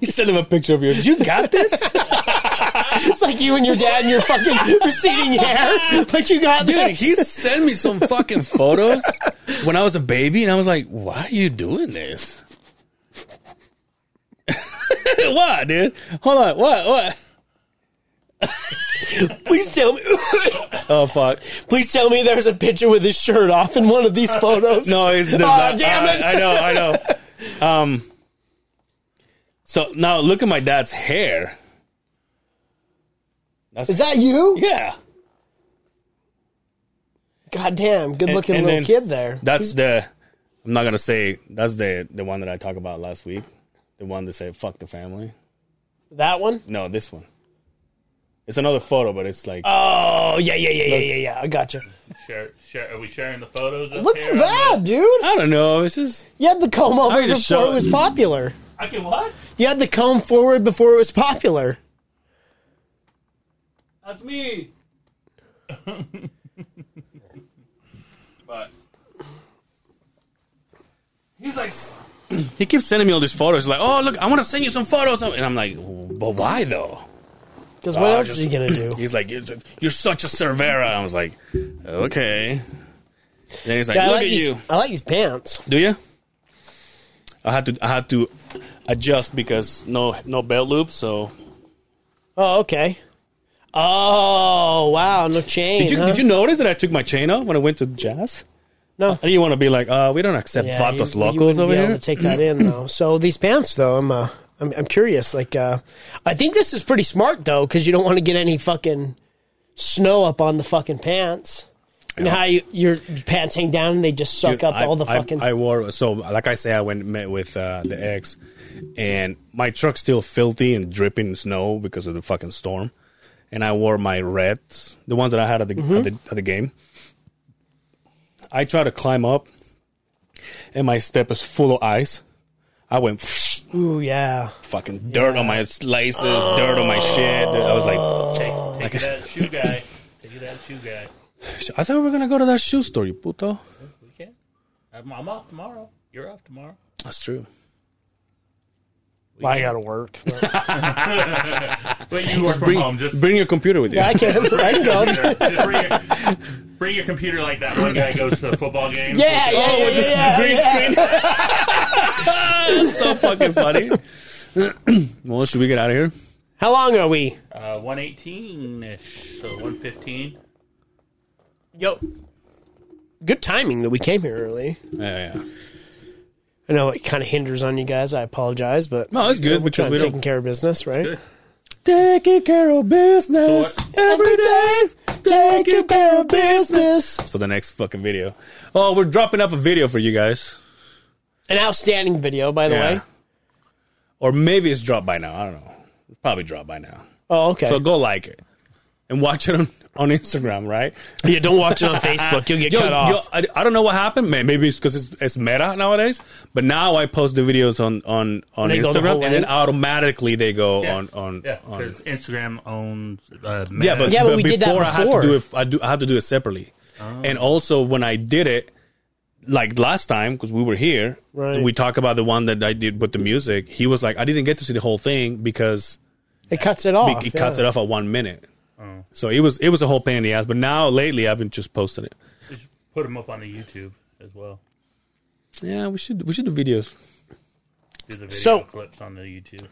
you send him a picture of yours. You got this, It's like you and your dad and your fucking receding hair. Like you got dude. this. He sent me some fucking photos when I was a baby, and I was like, "Why are you doing this? what, dude? Hold on. What? What? Please tell me. Oh fuck." Please tell me there's a picture with his shirt off in one of these photos. No, it's, there's Aw, not. Oh, damn I- it. I, know, I know. Um, so now look at my dad's hair. Is that you? Yeah, Goddamn, good looking and little then- kid there. that's the. I'm not gonna say that's the the one that I talked about last week. The one that said "fuck the family." That one? No, this one. It's another photo, but it's like Oh yeah, yeah, yeah, yeah, yeah, yeah. I gotcha. Share, share, are we sharing the photos? Up Look here at on that, dude. I don't know. It's just You had the comb over I just before showed it was it. popular. The, I can what? You had the comb forward before it was popular. That's me. but he's like, he keeps sending me all these photos. Like, oh look, I want to send you some photos, and I'm like, but why though? Because what Oh, else just- is he gonna do? He's like, you're, you're such a Cervera. I was like, okay. Then he's like, Yeah, I look like at these- you. I like these pants. Do you? I had to I had to adjust because no no belt loop. So Oh, okay. Oh wow, no chain. did you huh? did you notice that I took my chain off when I went to jazz? No. I didn't want to be like, uh, we don't accept Yeah, you- vatos you locos wouldn't over be able here. to take that in though. So these pants though, I'm uh, I'm, I'm curious. Like, uh, I think this is pretty smart though, because you don't want to get any fucking snow up on the fucking pants. You know how you, your pants hang down and they just suck Dude, up I- all the I- fucking. I, wore so like I say I went and met with uh, the ex, and my truck's still filthy and dripping snow because of the fucking storm, and I wore my reds, the ones that I had at the Mm-hmm. at the, at the game. I try to climb up, and my step is full of ice. I went ooh yeah. fucking dirt on my laces, dirt on my shit. I was like, take, take that shoe guy. Take that shoe guy. I thought we were gonna go to that shoe store, you puto. We can. I'm, I'm off tomorrow. You're off tomorrow. That's true. Well, I gotta work. But you work from Bring, home. Just bring your computer with you. I can. I can go. Just bring, your, bring your computer like that one guy goes to the football game. Yeah, yeah, Oh, yeah, yeah, yeah, yeah. so fucking funny. well, should we get out of here? How long are we? Uh, 118 ish, so 115. Yo. Good timing that we came here early. Yeah, yeah. I know it kind of hinders on you guys. I apologize, but No, it's good we're because trying we taking don't- care of business, right? Taking care of business So what- every day. Taking care of business. For the next fucking video. Oh, we're dropping up a video for you guys. An outstanding video, by the Yeah. way. Or maybe it's dropped by now. I don't know. It's probably dropped by now. Oh, okay. So go like it and watch it on, on Instagram, right? yeah, don't watch it on Facebook. You'll get Yo, cut off. yo, I, I don't know what happened. May- Maybe it's because it's, it's meta nowadays. But now I post the videos on on on They go the Instagram, whole and then length? automatically they go Yeah. on on Yeah, on. because Instagram owns. Uh, Yeah, but, Yeah, but we before, did that I have before. to do it. I do. I have to do it separately. Oh. And also, when I did it, like last time, because we were here, Right. and we talked about the one that I did with the music. He was like, I didn't get to see the whole thing because it cuts it off. it, it cuts it off at one minute. Oh. So it was it was a whole pain in the ass. But now lately, I've been just posting it. just put them up on the YouTube as well. Yeah, we should we should do videos. Do the video So- clips on the YouTube.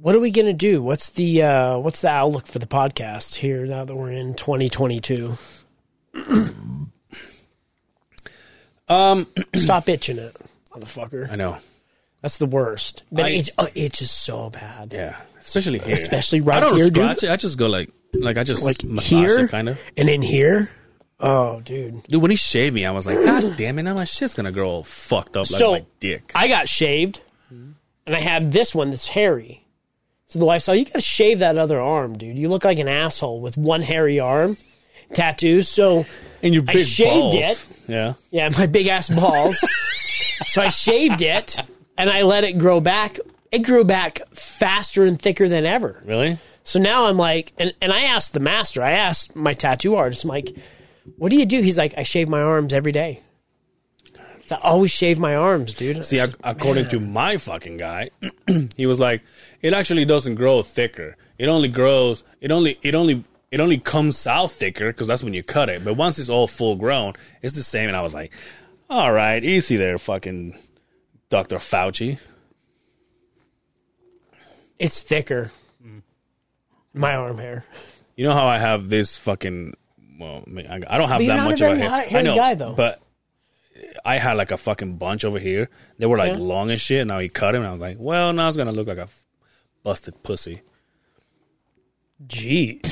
What are we gonna do? What's the uh, what's the outlook for the podcast here now that we're in 2022? Um, Stop itching it, motherfucker. I know. That's the worst. But I- it's oh, it's just so bad. Yeah, especially here. Especially right I don't here, dude. scratch it. I just go like like I just Like massage here, it kind of. and in here. Oh, dude. Dude, when he shaved me, I was like, God damn it, now my shit's gonna grow all fucked up like So- my dick. I got shaved, and I had this one that's hairy. So the wife said, "You got to shave that other arm, dude. You look like an asshole with one hairy arm, tattoos." So and your I big shaved balls. it. Yeah. Yeah, my big ass balls. so I shaved it and I let it grow back. It grew back faster and thicker than ever. Really? So now I'm like, and, and I asked the master, I asked my tattoo artist, I'm like, what do you do? He's like, I shave my arms every day. So I always shave my arms, dude. See, ac- according to my fucking guy, he was like, it actually doesn't grow thicker. It only grows. It only. It only. It only comes out thicker because that's when you cut it. But once it's all full grown, it's the same. And I was like, all right, easy there, fucking Doctor Fauci. it's thicker. My arm hair. You know how I have this fucking. Well, I mean, I I don't have But that you're not a much of a very hair. hi- hairy I know, guy, though. But I had like a fucking bunch over here. They were like Yeah. long and shit. Now he cut him, and I was like, well, now it's gonna look like a f- busted pussy. Jeez.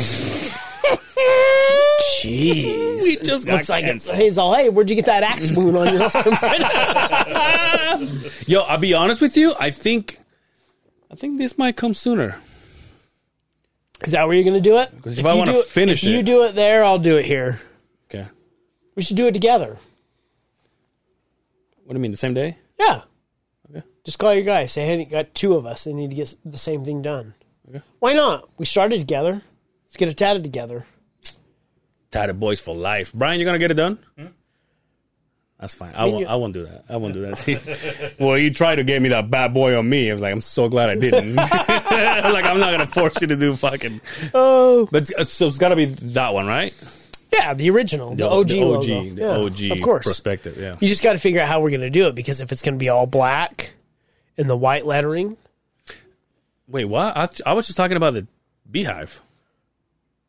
Jeez. We just Looks like it's, he's all, hey, where'd you get that axe wound on your arm? Yo, I'll be honest with you. I think, I think this might come sooner. Is that where you're going to do it? 'Cause if I you wanna do finish if you it- do it there, I'll do it here. Okay. We should do it together. What do you mean? The same day? Yeah. Okay. Just call your guy. Say, hey, you got two of us. They need to get s- the same thing done. Why not? We started together. Let's get it tatted together. Tatted boys for life. Brian, you're gonna get it done. Hmm? That's fine. I won't. I won't do that. I won't do that. well, you tried to get me that bad boy on me. I was like, I'm so glad I didn't. like, I'm not gonna force you to do fucking. Oh. But it's- so it's gotta be that one, right? Yeah, the original. The, OG. the OG, logo. the OG. Yeah, Of course. perspective. Yeah. You just got to figure out how we're going to do it because if it's going to be all black and the white lettering. Wait, what? I, I was just talking about the beehive.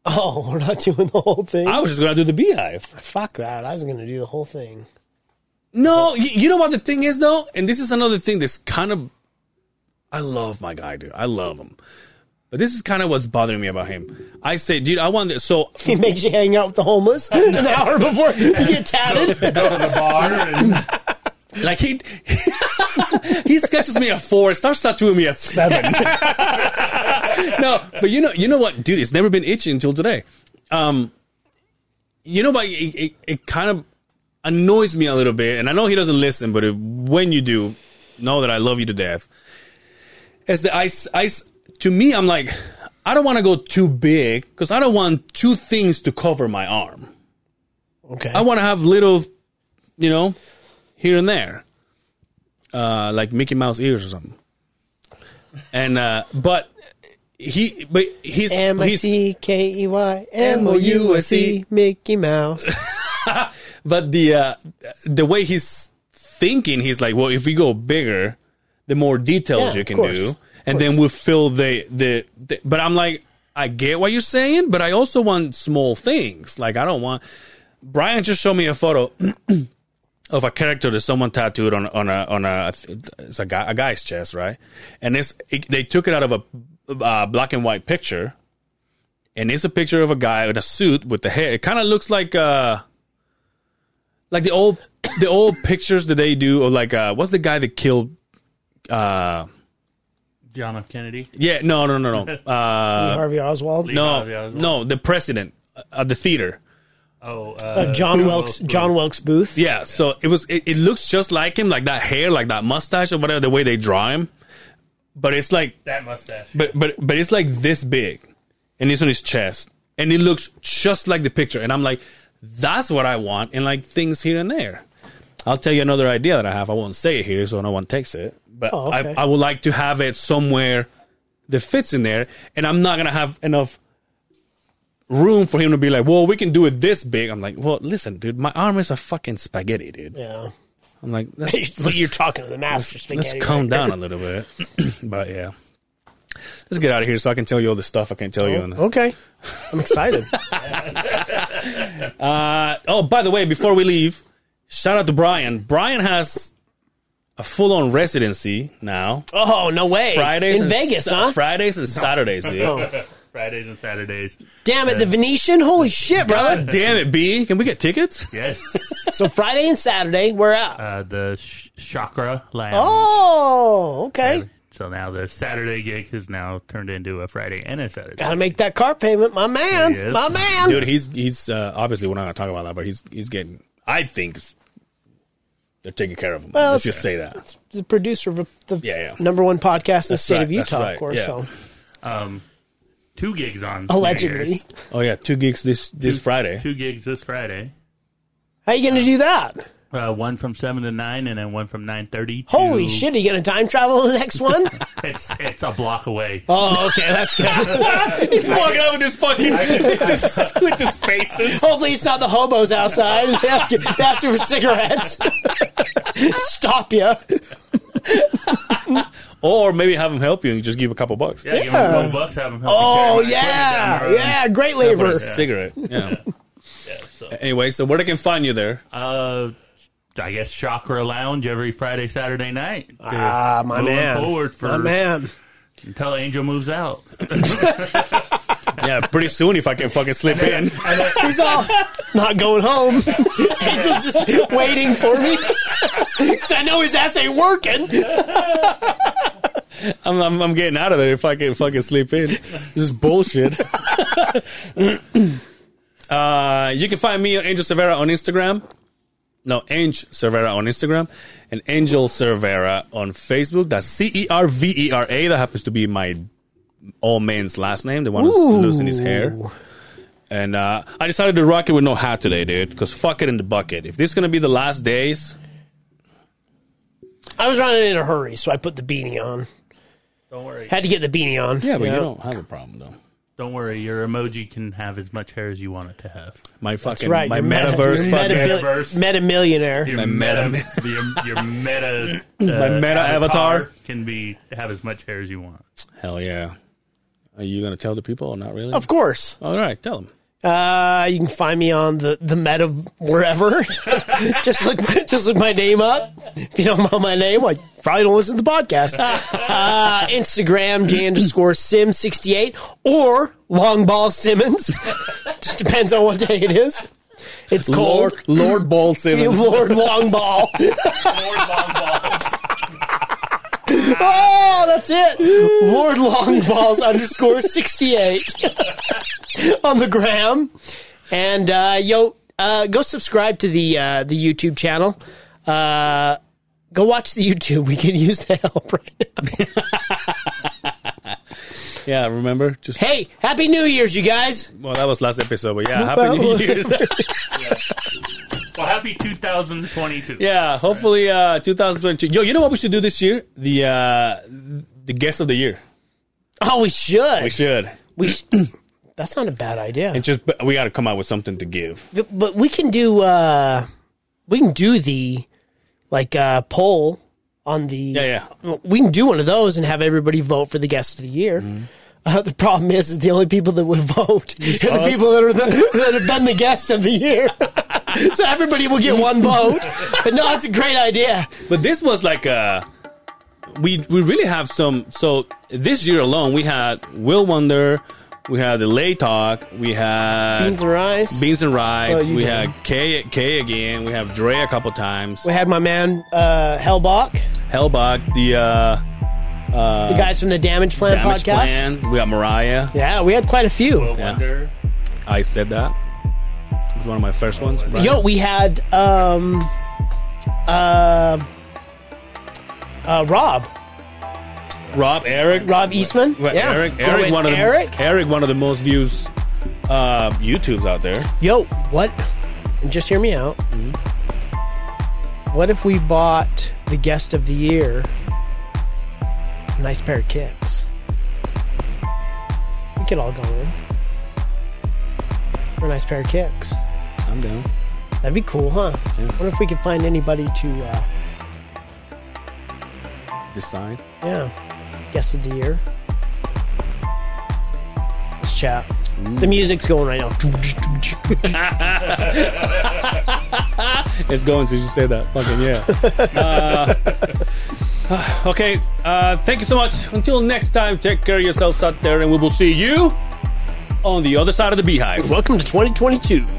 Oh, we're not doing the whole thing. I was just gonna do the beehive. Ah, Fuck that. I was going to do the whole thing. No, you, you know what the thing is though, and this is another thing that's kind of. I love my guy, dude. I love him, but this is kind of what's bothering me about him. I say, dude, I want this. So He makes you hang out with the homeless an hour before you get tatted. Go to the bar and like he he sketches me at four, starts tattooing me at seven. no, but you know, you know what, dude? It's never been itching until today. Um, you know, but it, it, it kind of annoys me a little bit, and I know he doesn't listen, but if, when you do, know that I love you to death. As the ice, ice to me, I'm like, I don't want to go too big because I don't want two things to cover my arm. Okay. I want to have little, you know, here and there, uh, like Mickey Mouse ears or something. And uh, but he, but he's M I he's- C K E Y M O U S E Mickey Uh, Mouse. but the uh, the way he's thinking, he's like, well, if we go bigger, the more details Yeah, you of can course. do. and then we fill the, the the. But I'm like, I get what you're saying, but I also want small things. Like I don't want. Brian just showed me a photo of a character that someone tattooed on on a on a it's a guy a guy's chest, right? And it's it, they took it out of a uh, black and white picture, and it's a picture of a guy in a suit with the hair. It kind of looks like uh like the old the old pictures that they do, or like uh what's the guy that killed uh John F. Kennedy. yeah no no no no uh Harvey Oswald. Harvey no Oswald. no the president uh, at the theater. Oh, uh, Uh, John Wilkes. John Wilkes Booth. Yeah, so it was. It, it looks just like him, like that hair, like that mustache, or whatever the way they draw him. But it's like, that mustache. but but but it's like this big, and it's on his chest, and it looks just like the picture. And I'm like, that's what I want, and like things here and there. I'll tell you another idea that I have. I won't say it here, so no one takes it. But Oh, okay. I, I would like to have it somewhere that fits in there, and I'm not gonna have enough room for him to be like, well, we can do it this big. I'm like, well, listen, dude, my arm is a fucking spaghetti, dude. Yeah. I'm like, let's, But let's- you're talking to the master. let's spaghetti calm right? down a little bit. but yeah, let's get out of here so I can tell you all the stuff I can tell Oh, you. on- Okay. I'm excited. Oh, by the way, before we leave, shout out to Brian. Brian has a full on residency now. oh no way! Fridays in and Vegas, Sa- huh? Oh. Fridays and Saturdays, dude. Fridays and Saturdays. Damn it, the Venetian! Holy shit, brother! God damn it, B. Can we get tickets? Yes. so Friday and Saturday, we're out. uh, the sh- Chakra Lounge. Oh, okay. So now the Saturday gig has now turned into a Friday and a Saturday. Gotta make that car payment, my man, Yes. my man. Dude, he's he's uh, obviously we're not gonna talk about that, but he's he's getting. I think they're taking care of him. Well, Let's just say that. The producer of the Yeah, yeah. number one podcast in the That's state right, of that's Utah, right, of course. yeah. So Um, Two gigs on New allegedly, Year's. Oh yeah, two gigs this this Friday. Two gigs this Friday. how you gonna do that? Uh, one from seven to nine, and then one from nine thirty. Holy shit! Are you gonna time travel to the next one? It's it's a block away. oh, okay, that's good. He's fucking- up with his fucking with his faces. Hopefully, it's not the hobos outside. They ask you, they ask you for cigarettes. Stop you. Or maybe have him help you and just give a couple bucks. Yeah, give them a couple bucks, have them help Oh you carry my equipment down the yeah, road. yeah, great For labor. a cigarette. Yeah. Yeah, so, Anyway, so where they can find you there? uh, I guess Chakra Lounge every Friday, Saturday night. Ah, my Moving man. forward for- my man. until Angel moves out. Yeah, pretty soon if I can fucking slip in. He's all not going home. Angel's just waiting for me. Because I know his ass ain't working. I'm, I'm, I'm getting out of there if I can fucking sleep in. This is bullshit. uh, you can find me on Angel Cervera on Instagram. No, Angel Cervera on Instagram and Angel Cervera on Facebook. That's C E R V E R A. That happens to be my all man's last name, the one who's losing his hair. And uh, I decided to rock it with no hat today, dude, because fuck it in the bucket. If this is going to be the last days, I was running in a hurry, so I put the beanie on. Don't worry. Had to get the beanie on. yeah, but you you know? don't have a problem, though. Don't worry. Your emoji can have as much hair as you want it to have. My fucking That's right. my you're meta- metaverse, you're fucking- meta- metaverse. Meta millionaire. Your meta- your, your meta, uh, meta avatar. can be have as much hair as you want. Hell yeah. Are you going to tell the people or not really? Of course. All right, tell them. Uh, you can find me on the, the meta wherever. just look just look my name up. If you don't know my name, I probably don't listen to the podcast. Uh, Instagram J underscore Sim sixty eight or Longball Simmons. just depends on what day it is. It's called Lord Ball Lord, Simmons. Lord Longball. Oh, that's it. Lord Longballs underscore 68 on the gram. And, uh, yo, uh, go subscribe to the, uh, the YouTube channel. Uh, go watch the YouTube. We could use the help right now. yeah, remember? Just Hey, Happy New Year's, you guys. well, that was last episode, but yeah, happy New problem. Year's. Well, happy 2022. yeah, hopefully uh 2022. Yo, you know what we should do this year? The uh the guest of the year. Oh, we should. We should. We sh- that's not a bad idea. And just but we got to come out with something to give. But, but we can do, uh, we can do the, like, uh, poll on the. Yeah, yeah. We can do one of those and have everybody vote for the guest of the year. Mm-hmm. Uh, the problem is, is the only people that would vote are the us. people that, are the, that have been the guest of the year. so everybody will get one vote. But no, it's a great idea. But this was like a. We we really have some. So this year alone, we had Will Wonder, we had the Lay Talk, we had Beans and rice. Beans and Rice, Oh, you we did. had K K again, we have Dre a couple times, we had my man uh, Hellbach, Hellbach, the uh, the guys from the Damage Plan Damage podcast. Plan, we got Mariah. Yeah, we had quite a few. Wonder. I said that. It was one of my first ones. Brian. Yo, we had um, uh, uh, Rob, Rob, Eric, Rob Eastman. Right, yeah, Eric, Go Eric, in, one of the Eric. Eric, one of the most views uh, YouTubes out there. Yo, what? And just hear me out. What if we bought the guest of the year a nice pair of kicks? We could all go in for a nice pair of kicks. I'm down. That'd be cool, huh? Yeah. What if we could find anybody to, uh, Decide. yeah, guest of the year? Let's chat. The music's going right now. It's going since you said that. Fucking yeah. uh, okay. Uh, thank you so much. Until next time, take care of yourselves out there, and we will see you on the other side of the beehive. Welcome to 2022.